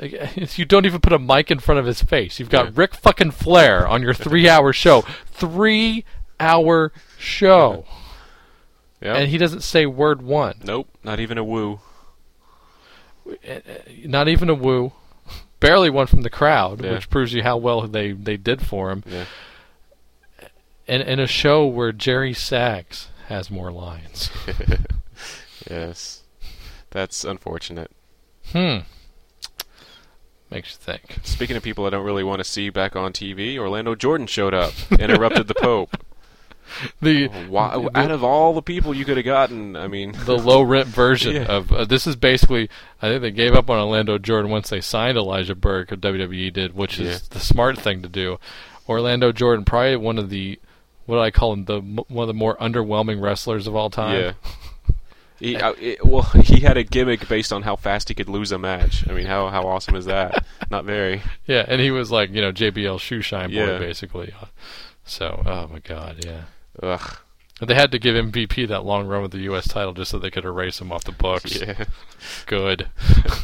Like, You don't even put a mic in front of his face. You've got
Yeah.
Rick fucking Flair on your three-hour show. Three-hour show,
Yeah.
and he doesn't say word one.
nope, not even a woo.
not even a woo, barely one from the crowd,
Yeah.
which proves you how well they, they did for him.
Yeah.
And in a show where Jerry Sachs has more lines.
Yes. That's unfortunate.
hmm. Makes you think.
Speaking of people I don't really want to see back on TV, Orlando Jordan showed up, interrupted the Pope.
The
Why, out of all the people you could have gotten, I mean,
the low rent version
Yeah.
of uh, this is basically I think they gave up on Orlando Jordan once they signed Elijah Burke or WWE did, which is
Yeah.
the smart thing to do. Orlando Jordan, probably one of the what do I call him the m- one of the more underwhelming wrestlers of all time.
yeah. He, I, it, well, he had a gimmick based on how fast he could lose a match. I mean, how how awesome is that? Not very.
Yeah, and he was like, you know, JBL shoe shine boy,
Yeah.
basically. So, oh my god, yeah.
Ugh.
And they had to give MVP that long run with the U.S. title just so they could erase him off the books.
Yeah.
Good.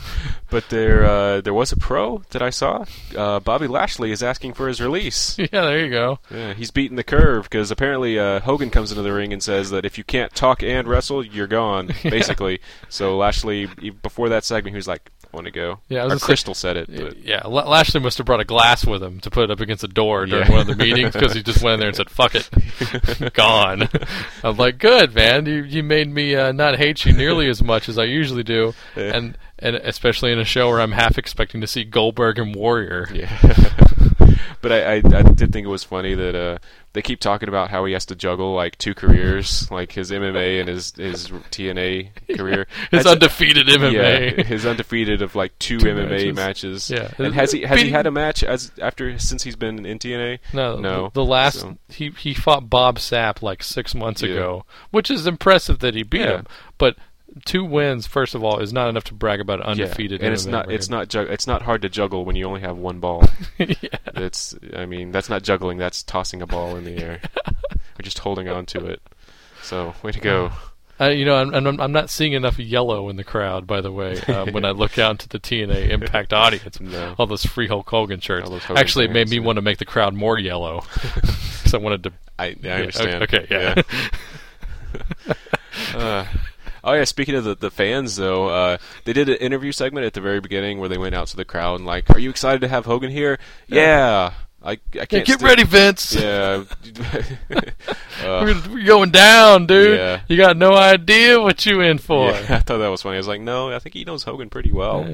But there, uh, there was a pro that I saw. Uh, Bobby Lashley is asking for his release.
yeah, there you go.
Yeah, he's beating the curve because apparently uh, Hogan comes into the ring and says that if you can't talk and wrestle, you're gone, basically. So Lashley, e- before that segment, he was like, one ago.
Yeah, I was
Or
gonna say-
Crystal said it, but
Yeah, La- Lashley must have brought a glass with him to put up against a door during
Yeah.
one of the meetings because he just went in there and said, "Fuck it, gone." I'm like, "Good man, you you made me uh, not hate you nearly as much as I usually do," and and especially in a show where I'm half expecting to see Goldberg and Warrior.
but I, I I did think it was funny that uh they keep talking about how he has to juggle like two careers, like his MMA and his his TNA career.
His
That's-
undefeated MMA.
Yeah, his undefeated of like two, MMA
matches.
matches.
Yeah.
and has he has he
Beating-
had a match as after since he's been in TNA?
No,
no.
th- The last
So,
he he fought Bob Sapp like six months
Yeah.
ago, which is impressive that he beat
Yeah.
him. But two wins, first of all, is not enough to brag about
yeah.
undefeated.
and it's
MMA
not it's
record.
not jug- it's not hard to juggle when you only have one ball. It's I mean that's not juggling. That's tossing a ball in the air. We're just holding on to it. So way to go.
Uh, you know, I'm, and I'm I'm not seeing enough yellow in the crowd. By the way, um, when I look out to the TNA Impact audience,
No.
all those free Hulk Hogan shirts.
All those Hogan
Actually, it made
fans,
me
yeah.
want to make the crowd more yellow because I wanted to.
I, I
yeah,
understand.
Okay, yeah.
Uh, oh yeah. Speaking of the, the fans, though, uh, they did an interview segment at the very beginning where they went out to the crowd and like, "Are you excited to have Hogan here?" Yeah. I, I can't
Get
sta-
ready, Vince.
Yeah.
We're, we're going down, dude.
Yeah.
You got no idea what you in for.
Yeah, I thought that was funny. I was like, no, I think he knows Hogan pretty well.
I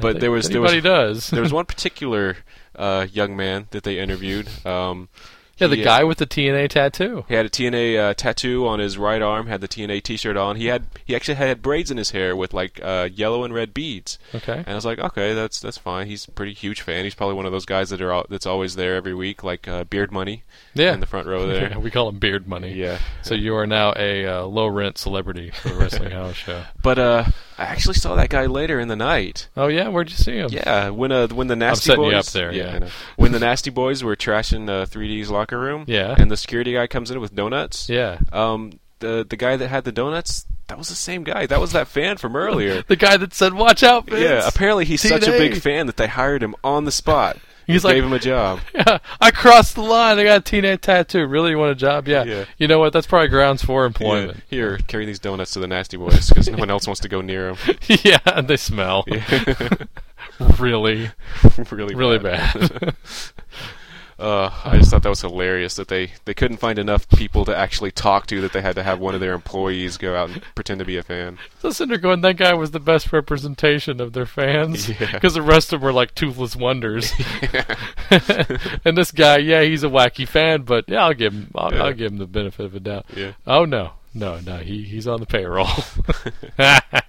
but there
think
was there was,
anybody does.
there was one particular uh, young man that they interviewed. Um,
Yeah, the
he-
guy with the TNA tattoo.
He had a TNA uh, tattoo on his right arm. Had the TNA T-shirt on. He had he actually had braids in his hair with like uh, yellow and red beads.
Okay.
And I was like, okay, that's that's fine. He's a pretty huge fan. He's probably one of those guys that are al- that's always there every week, like uh, Beard Money.
Yeah.
In the front row
Yeah,
there.
we call him beard money.
Yeah.
So you are now a uh, low rent celebrity for the wrestling house show.
but uh, I actually saw that guy later in the night.
Oh yeah, where'd you see him?
Yeah, when uh, when the nasty
setting
boys
you up there, yeah.
I know. when the nasty boys were trashing uh, 3D's locker room,
Yeah.
and the security guy comes in with donuts,
Yeah.
Um, the the guy that had the donuts, that was the same guy. That was that fan from earlier.
The guy that said, "Watch out, Vince."
yeah, apparently he's such a
TNA.
big fan that they hired him on the spot.
He's
They
like-
gave him a job.
I crossed the line. I got a TNA tattoo. Really, you want a job? Yeah.
Yeah.
You know what? That's probably grounds for
Yeah,
employment.
here, carry these donuts to the nasty boys because no one else wants to go near him.
Yeah, and they smell. really,
really,
really
bad.
bad.
Uh, I just thought that was hilarious that they, they couldn't find enough people to actually talk to that they had to have one of their employees go out and pretend to be a fan.
So Cinder going, that guy was the best representation of their fans
Yeah.
because the rest of them were like toothless wonders. and this guy, yeah, he's a wacky fan, but yeah, I'll give him, I'll,
Yeah.
I'll give him the benefit of the doubt.
Yeah.
Oh no, no, no, he he's on the payroll.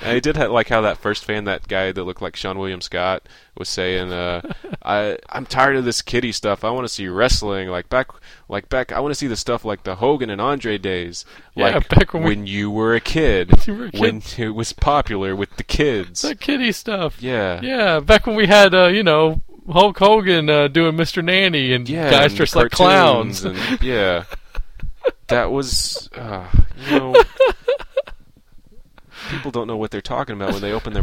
And I did ha- like how that first fan, that guy that looked like Sean William Scott, was saying, uh, "I I'm tired of this kiddie stuff. I want to see wrestling. Like back, like back. I want to see the stuff like the Hogan and Andre days.
Yeah,
like
back when we-
you were a kid,
you were a kid.
when it was popular with the kids.
that kiddie stuff.
Yeah.
yeah. Back when we had, uh, you know, Hulk Hogan uh, doing Mr. Nanny and
yeah,
guys
and
dressed like
cartoons
clowns.
and yeah, that was uh, you know." People don't know what they're talking about when they open their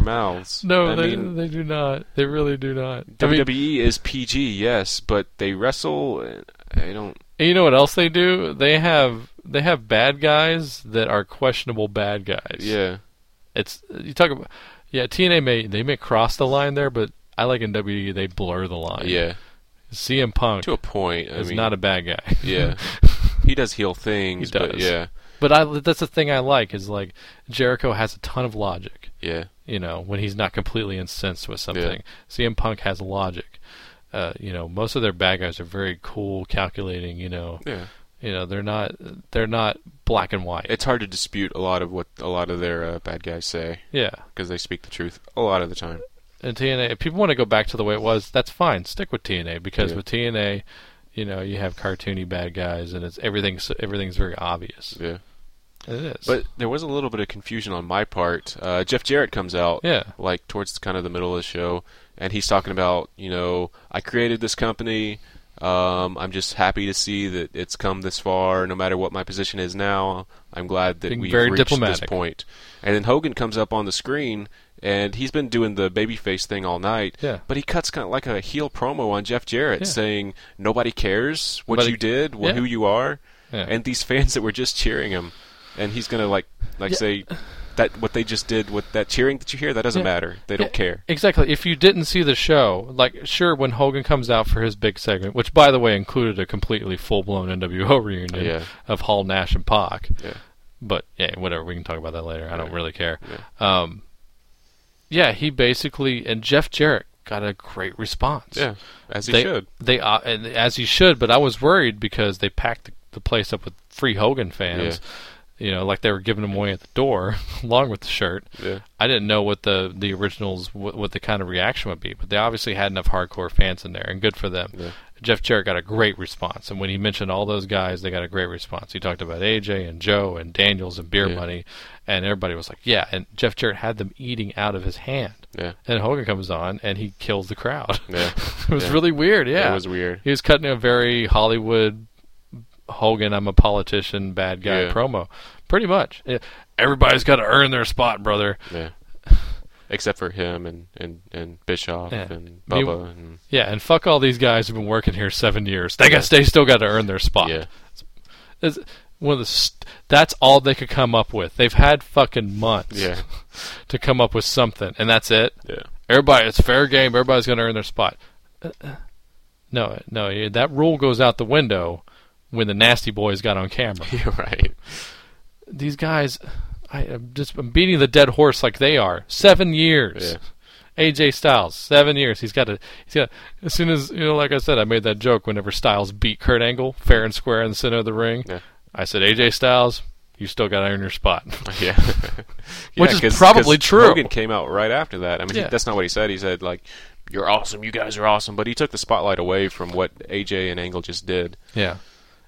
mouths.
no,
I
they
mean, E
they do not. They really do not. I mean,
WWE is PG, yes, but they wrestle. uh, I don't.
And you know what else they do? They have they have bad guys that are questionable bad guys.
Yeah,
It's you talk about yeah, TNA may they may cross the line there, but I like in WWE they blur the line.
yeah.
CM Punk
To a point. I
is
mean,
not a bad guy.
yeah. He does heal things,
He
but
does.
yeah,
but I that's the thing I like is like Jericho has a ton of logic,
yeah,
you know, when he's not completely incensed with something. CM Punk has logic. Uh, you know, most of their bad guys are very cool, calculating, you know.
yeah.
You know, they're not they're not black and white.
It's hard to dispute a lot of what a lot of their uh, bad guys say
yeah.
because they speak the truth a lot of the time.
and TNA, if people want to go back to the way it was, that's fine. Stick with TNA because
Yeah.
with TNA, you know, you have cartoony bad guys, and it's everything's everything's very obvious.
Yeah.
It is.
But there was a little bit of confusion on my part. Uh, Jeff Jarrett comes out,
Yeah.
like towards the, kind of the middle of the show, and he's talking about, you know, I created this company. Um, I'm just happy to see that it's come this far. No matter what my position is now, I'm glad that
Being
we've
very
reached this
diplomatic.
point. And then Hogan comes up on the screen, and he's been doing the babyface thing all night.
Yeah.
But he cuts kind of like a heel promo on Jeff Jarrett,
Yeah.
saying nobody cares what
Nobody-
you did, wh-
Yeah.
who you are,
Yeah.
and these fans that were just cheering him and he's gonna like Like say that what they just did with that cheering that you hear that doesn't
Yeah.
matter. They don't
Yeah,
care.
Exactly. If you didn't see the show, like sure, when Hogan comes out for his big segment, which by the way included a completely full blown NWO reunion
Yeah.
of Hall, Nash, and Pac.
Yeah.
But yeah, whatever. We can talk about that later. I don't really care. Yeah. Um, yeah, he basically and Jeff Jarrett got a great response.
Yeah, as he
they
should.
they uh, and as he should. But I was worried because they packed the, the place up with free Hogan fans. You know, like they were giving them away at the door, along with the shirt.
Yeah.
I didn't know what the the originals what, what the kind of reaction would be, but they obviously had enough hardcore fans in there, and good for them. Jeff Jarrett got a great response, and when he mentioned all those guys, they got a great response. He talked about AJ and Joe and Daniels and Beer
Yeah.
Money, and everybody was like, "Yeah." And Jeff Jarrett had them eating out of his hand.
Yeah.
And Hogan comes on and he kills the crowd.
Yeah.
it was
Yeah.
really weird. Yeah,
It was weird.
He was cutting a very Hollywood Hogan, I'm a politician, bad guy
Yeah.
promo, pretty much. Yeah. Everybody's got to earn their spot, brother.
Yeah. Except for him and and and Bischoff
Yeah.
and
They-
Bubba. and,
Yeah, and fuck all these guys who've been working here seven years. They got they still got to earn their spot.
yeah.
It's one of the st- that's all they could come up with. They've had fucking months
Yeah.
to come up with something, and that's it.
Yeah.
Everybody, it's fair game. Everybody's going to earn their spot. Uh, uh, No, no, yeah, that rule goes out the window when the nasty boys got on camera.
You're right.
These guys, I, I'm just I'm beating the dead horse like they are. Seven years.
Yeah.
AJ Styles, seven years. He's got a. He's got as soon as you know, like I said, I made that joke whenever Styles beat Kurt Angle fair and square in the center of the ring.
Yeah.
I said, AJ Styles, you still got to earn your spot.
Yeah.
Which is probably true.
Hogan came out right after that. I mean, he-
Yeah.
that's not what he said. He said like, "You're awesome. You guys are awesome." But he took the spotlight away from what AJ and Angle just did.
Yeah.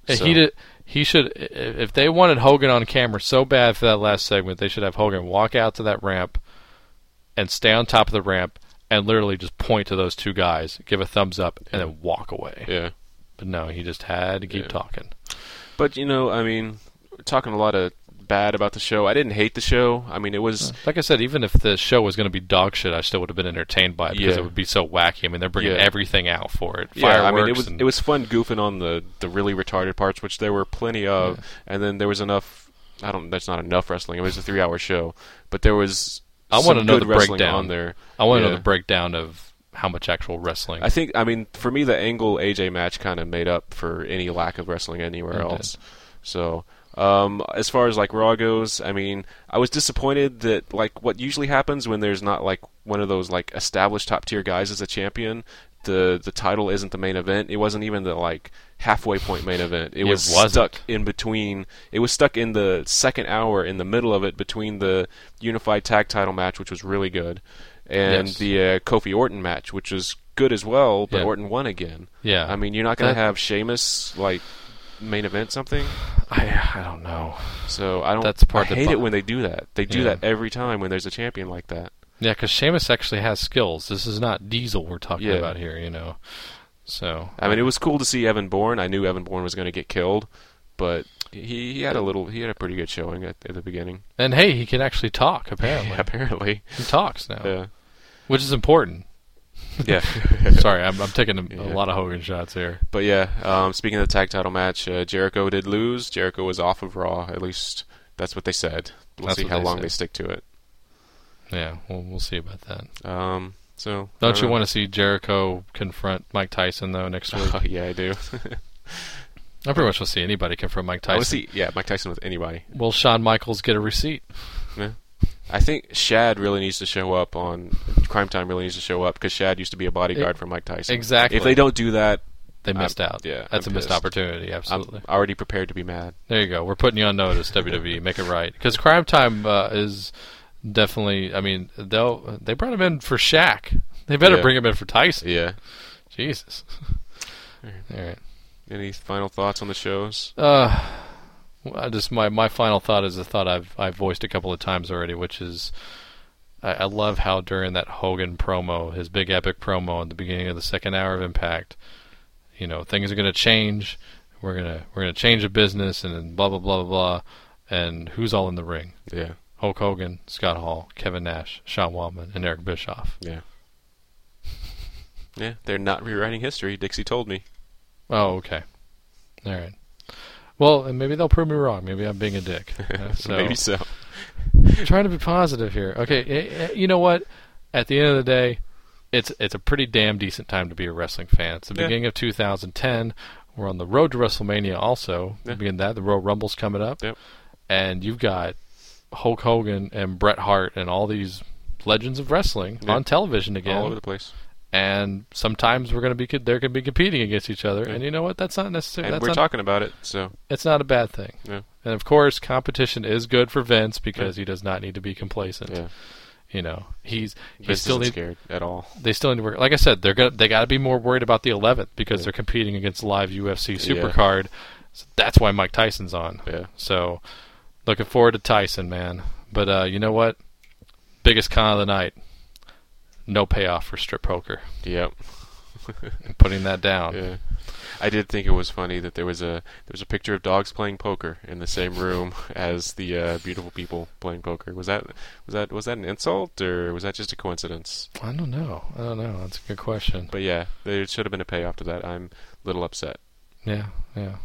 So-
He did. He should. i- If they wanted Hogan on camera so bad for that last segment, they should have Hogan walk out to that ramp and stay on top of the ramp and literally just point to those two guys, give a thumbs up, and then walk away.
Yeah.
But no, he just had to keep
Yeah.
talking.
But you know, I mean, talking a lot of bad about the show. I didn't hate the show. I mean, it was
Like I said, even if the show was going to be dog shit, I still would have been entertained by it because
Yeah.
it would be so wacky. I mean, they're bringing
Yeah.
everything out for it.
yeah. I
Fireworks.
mean, it was
and-
it was fun goofing on the the really retarded parts, which there were plenty of, and then there was enough. I don't. That's not enough wrestling. It was a three hour show, but there was.
I
want
want to know the
wrestling
breakdown
on there.
I want to
Yeah.
know the breakdown of how much actual wrestling.
I think I mean for me the Angle AJ match kind of made up for any lack of wrestling anywhere
It did.
else. So um, as far as like Raw goes, I mean I was disappointed that like what usually happens when there's not like one of those like established top tier guys as a champion, the the title isn't the main event. It wasn't even the like halfway point main event. It,
It
was
wasn't.
stuck in between. It was stuck in the second hour in the middle of it between the unified tag title match, which was really good, and
Yes.
the the uh, Kofi Orton match, which was good as well, but
Yeah.
Orton won again.
Yeah.
I mean, you're not going to
That-
have Sheamus like main event something.
I, I don't know.
So I don't.
That's the part
I
that
hate
bu-
it when they do that. They do
Yeah.
that every time when there's a champion like that.
Yeah, because Sheamus actually has skills. This is not Diesel we're talking
Yeah.
about here, you know. So
I mean, it was cool to see Evan Bourne. I knew Evan Bourne was going to get killed, but he, he had a little. He had a pretty good showing at, at the beginning.
and hey, he can actually talk. Apparently,
Apparently,
he talks now,
yeah,
which is important.
yeah.
Sorry, I'm, I'm taking a, a
Yeah.
lot of Hogan shots here.
But yeah, um, speaking of the tag title match, uh, Jericho did lose. Jericho was off of Raw. At least that's what they said. We'll
That's
see
what
how
they
long
said.
they stick to it.
Yeah, well, we'll see about that.
Um, so
Don't you want to see Jericho confront Mike Tyson though next week?
Oh, yeah, I do.
I pretty much will see anybody confront Mike
I
Tyson.
would see. Yeah, Mike Tyson with anybody.
Will Shawn Michaels get a receipt?
Yeah. I think Shad really needs to show up on Crime Time. Really needs to show up because Shad used to be a bodyguard
E-
for Mike Tyson.
exactly.
If they don't do that,
They missed out.
yeah,
that's
I'm
a missed
pissed.
opportunity. Absolutely.
I'm already prepared to be mad.
There you go. We're putting you on notice, WWE. Make it right because Crime Time uh, is definitely. I mean, they'll they brought him in for Shaq. They better
Yeah.
bring him in for Tyson.
Yeah.
Jesus. All right.
Any final thoughts on the shows?
Uh, Well, I just my my final thought is a thought I've I've voiced a couple of times already, which is I, I love how during that Hogan promo, his big epic promo at the beginning of the second hour of Impact, you know things are going to change. We're gonna we're gonna change the business and then blah blah blah blah blah. And who's all in the ring?
yeah.
Hulk Hogan, Scott Hall, Kevin Nash, Sean Wallman, and Eric Bischoff.
Yeah. Yeah, they're not rewriting history. Dixie told me.
Oh, okay. All right. Well, and maybe they'll prove me wrong. Maybe I'm being a dick. Uh, so,
Maybe so.
trying to be positive here. Okay, eh, eh, you know what? At the end of the day, it's it's a pretty damn decent time to be a wrestling fan. It's the
Yeah.
beginning of 2010. We're on the road to WrestleMania. Also, being that the Royal Rumble's coming up,
Yep.
and you've got Hulk Hogan and Bret Hart and all these legends of wrestling on television again
All over the place.
and sometimes we're going to be co- they're going to be competing against each other, and you know what? That's not necessarily
And
that's
we're
not,
talking about it, so
it's not a bad thing.
Yeah.
And of course, competition is good for Vince because he does not need to be complacent.
Yeah.
You know, he's he
Vince
still
isn't
need,
scared at all.
they still need to work. Like I said, they're gonna they got to be more worried about the 11th because they're competing against live UFC
Yeah.
Supercard. So that's why Mike Tyson's on.
Yeah.
So looking forward to Tyson, man. But uh, you know what? Biggest con of the night. No payoff for strip poker.
Yep.
Putting that down.
Yeah. I did think it was funny that there was a there was a picture of dogs playing poker in the same room as the uh, beautiful people playing poker. Was that was that was that an insult or was that just a coincidence?
I don't know. I don't know. That's a good question.
But yeah, there should have been a payoff to that. I'm a little upset.
Yeah, yeah.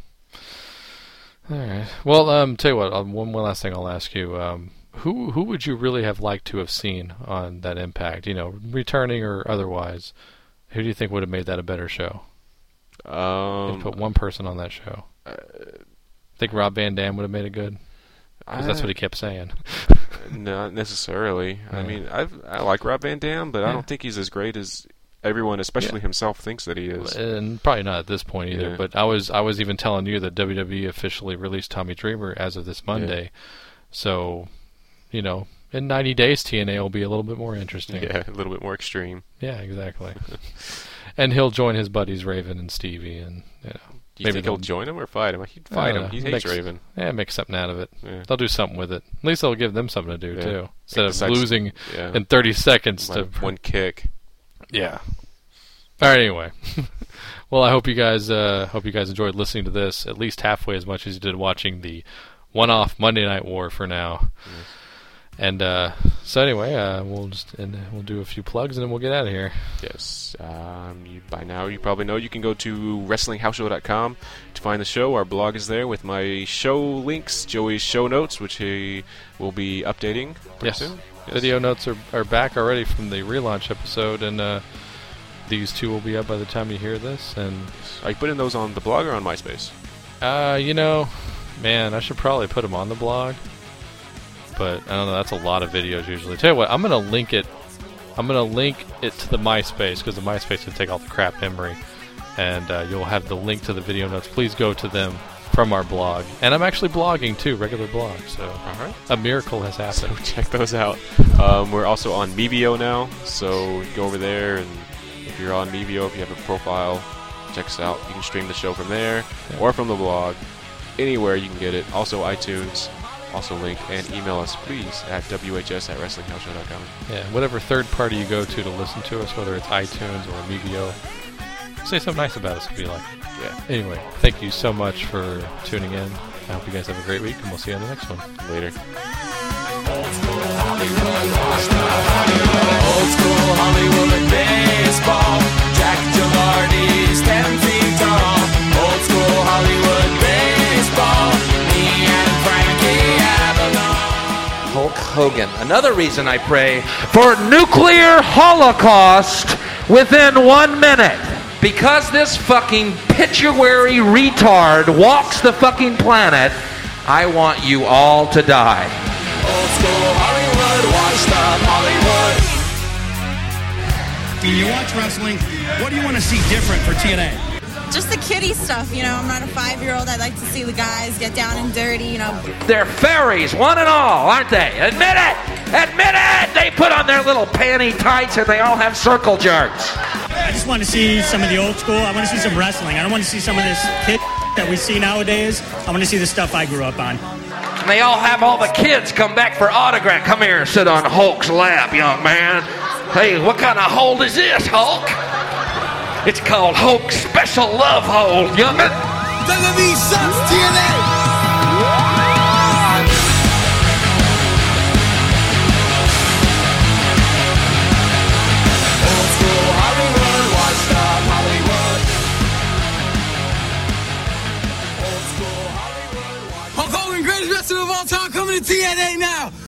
All right. Well, um, tell you what. Um, one, one last thing I'll ask you. Um, who who would you really have liked to have seen on that Impact? You know, returning or otherwise. Who do you think would have made that a better show? If you
Um,
put one person on that show. think Rob Van Dam would have made it good. 'Cause that's what he kept saying.
Not necessarily. I mean, I've, I like Rob Van Dam, but I don't think he's as great as everyone, especially himself, thinks that he is.
and probably not at this point either.
Yeah.
But I was I was even telling you that WWE officially released Tommy Dreamer as of this Monday, so you know in 90 days TNA will be a little bit more interesting.
Yeah, a little bit more extreme.
Yeah, exactly. and he'll join his buddies Raven and Stevie, and you know
Do you think he'll
they'll-
join him or fight him? He'd
I
fight
don't
him. He
know, make
hates
s-
Raven.
Yeah, make something out of it.
Yeah.
They'll do something with it. At least they'll give them something to do
Yeah.
too, instead of
Besides-
losing
yeah.
in 30 seconds to
Like one kick.
Yeah. All right. Anyway, well, I hope you guys uh, hope you guys enjoyed listening to this at least halfway as much as you did watching the one-off Monday Night War for now. And uh, so anyway, uh, we'll just and we'll do a few plugs and then we'll get out of here.
Yes. Um, you, by now, you probably know you can go to WrestlingHouseShow.com to find the show. Our blog is there with my show links, Joey's show notes, which he will be updating pretty
Yes.
soon. Yes.
Video notes are, are back already from the relaunch episode, and uh, these two will be up by the time you hear this. And
Are you putting those on the blog or on MySpace?
Uh, you know, man, I should probably put them on the blog. But I don't know. That's a lot of videos usually. Tell you what, I'm gonna link it. I'm gonna link it to the MySpace because the MySpace can take all the crap memory, and uh, you'll have the link to the video notes. Please go to them from our blog. And I'm actually blogging too, regular blog. So
right.
a miracle has
So
happened.
check those out. Um, we're also on Mebio now, so go over there and if you're on Mebio, if you have a profile, check us out. You can stream the show from there or from the blog. Anywhere you can get it. Also iTunes. Also link and email us please at whs at wrestlinghousehow.com.
Yeah, whatever third party you go to to listen to us, whether it's iTunes or Medio, say something nice about us if you like.
Yeah.
Anyway, thank you so much for tuning in. I hope you guys have a great week, and we'll see you on the next one.
Later.
Old school Hollywood baseball. Jack Gilardi's ten feet tall. Old school Hollywood baseball. Me and Frankie Avalon.
Hulk Hogan. Another reason I pray for nuclear holocaust within one minute. Because this fucking pituary retard walks the fucking planet, I want you all to die.
Old school Hollywood. Washed up Hollywood.
Do you watch wrestling? What do you want to see different for TNA?
Just the kiddie stuff, you know. I'm not a five year old. I like to see the guys get down and dirty, you know.
They're fairies, one and all, aren't they? Admit it! Admit it! They put on their little panty tights and they all have circle jerks.
I just want to see some of the old school. I want to see some wrestling. I don't want to see some of this kid that we see nowadays. I want to see the stuff I grew up on.
And they all have all the kids come back for autograph. Come here and sit on Hulk's lap, young man. Hey, what kind of hold is this, Hulk? It's called Hulk's Special Love Hold, young'un.
sucks TNA. Old school Hollywood. Washed up Hollywood. Old school Hollywood.
to TNA now.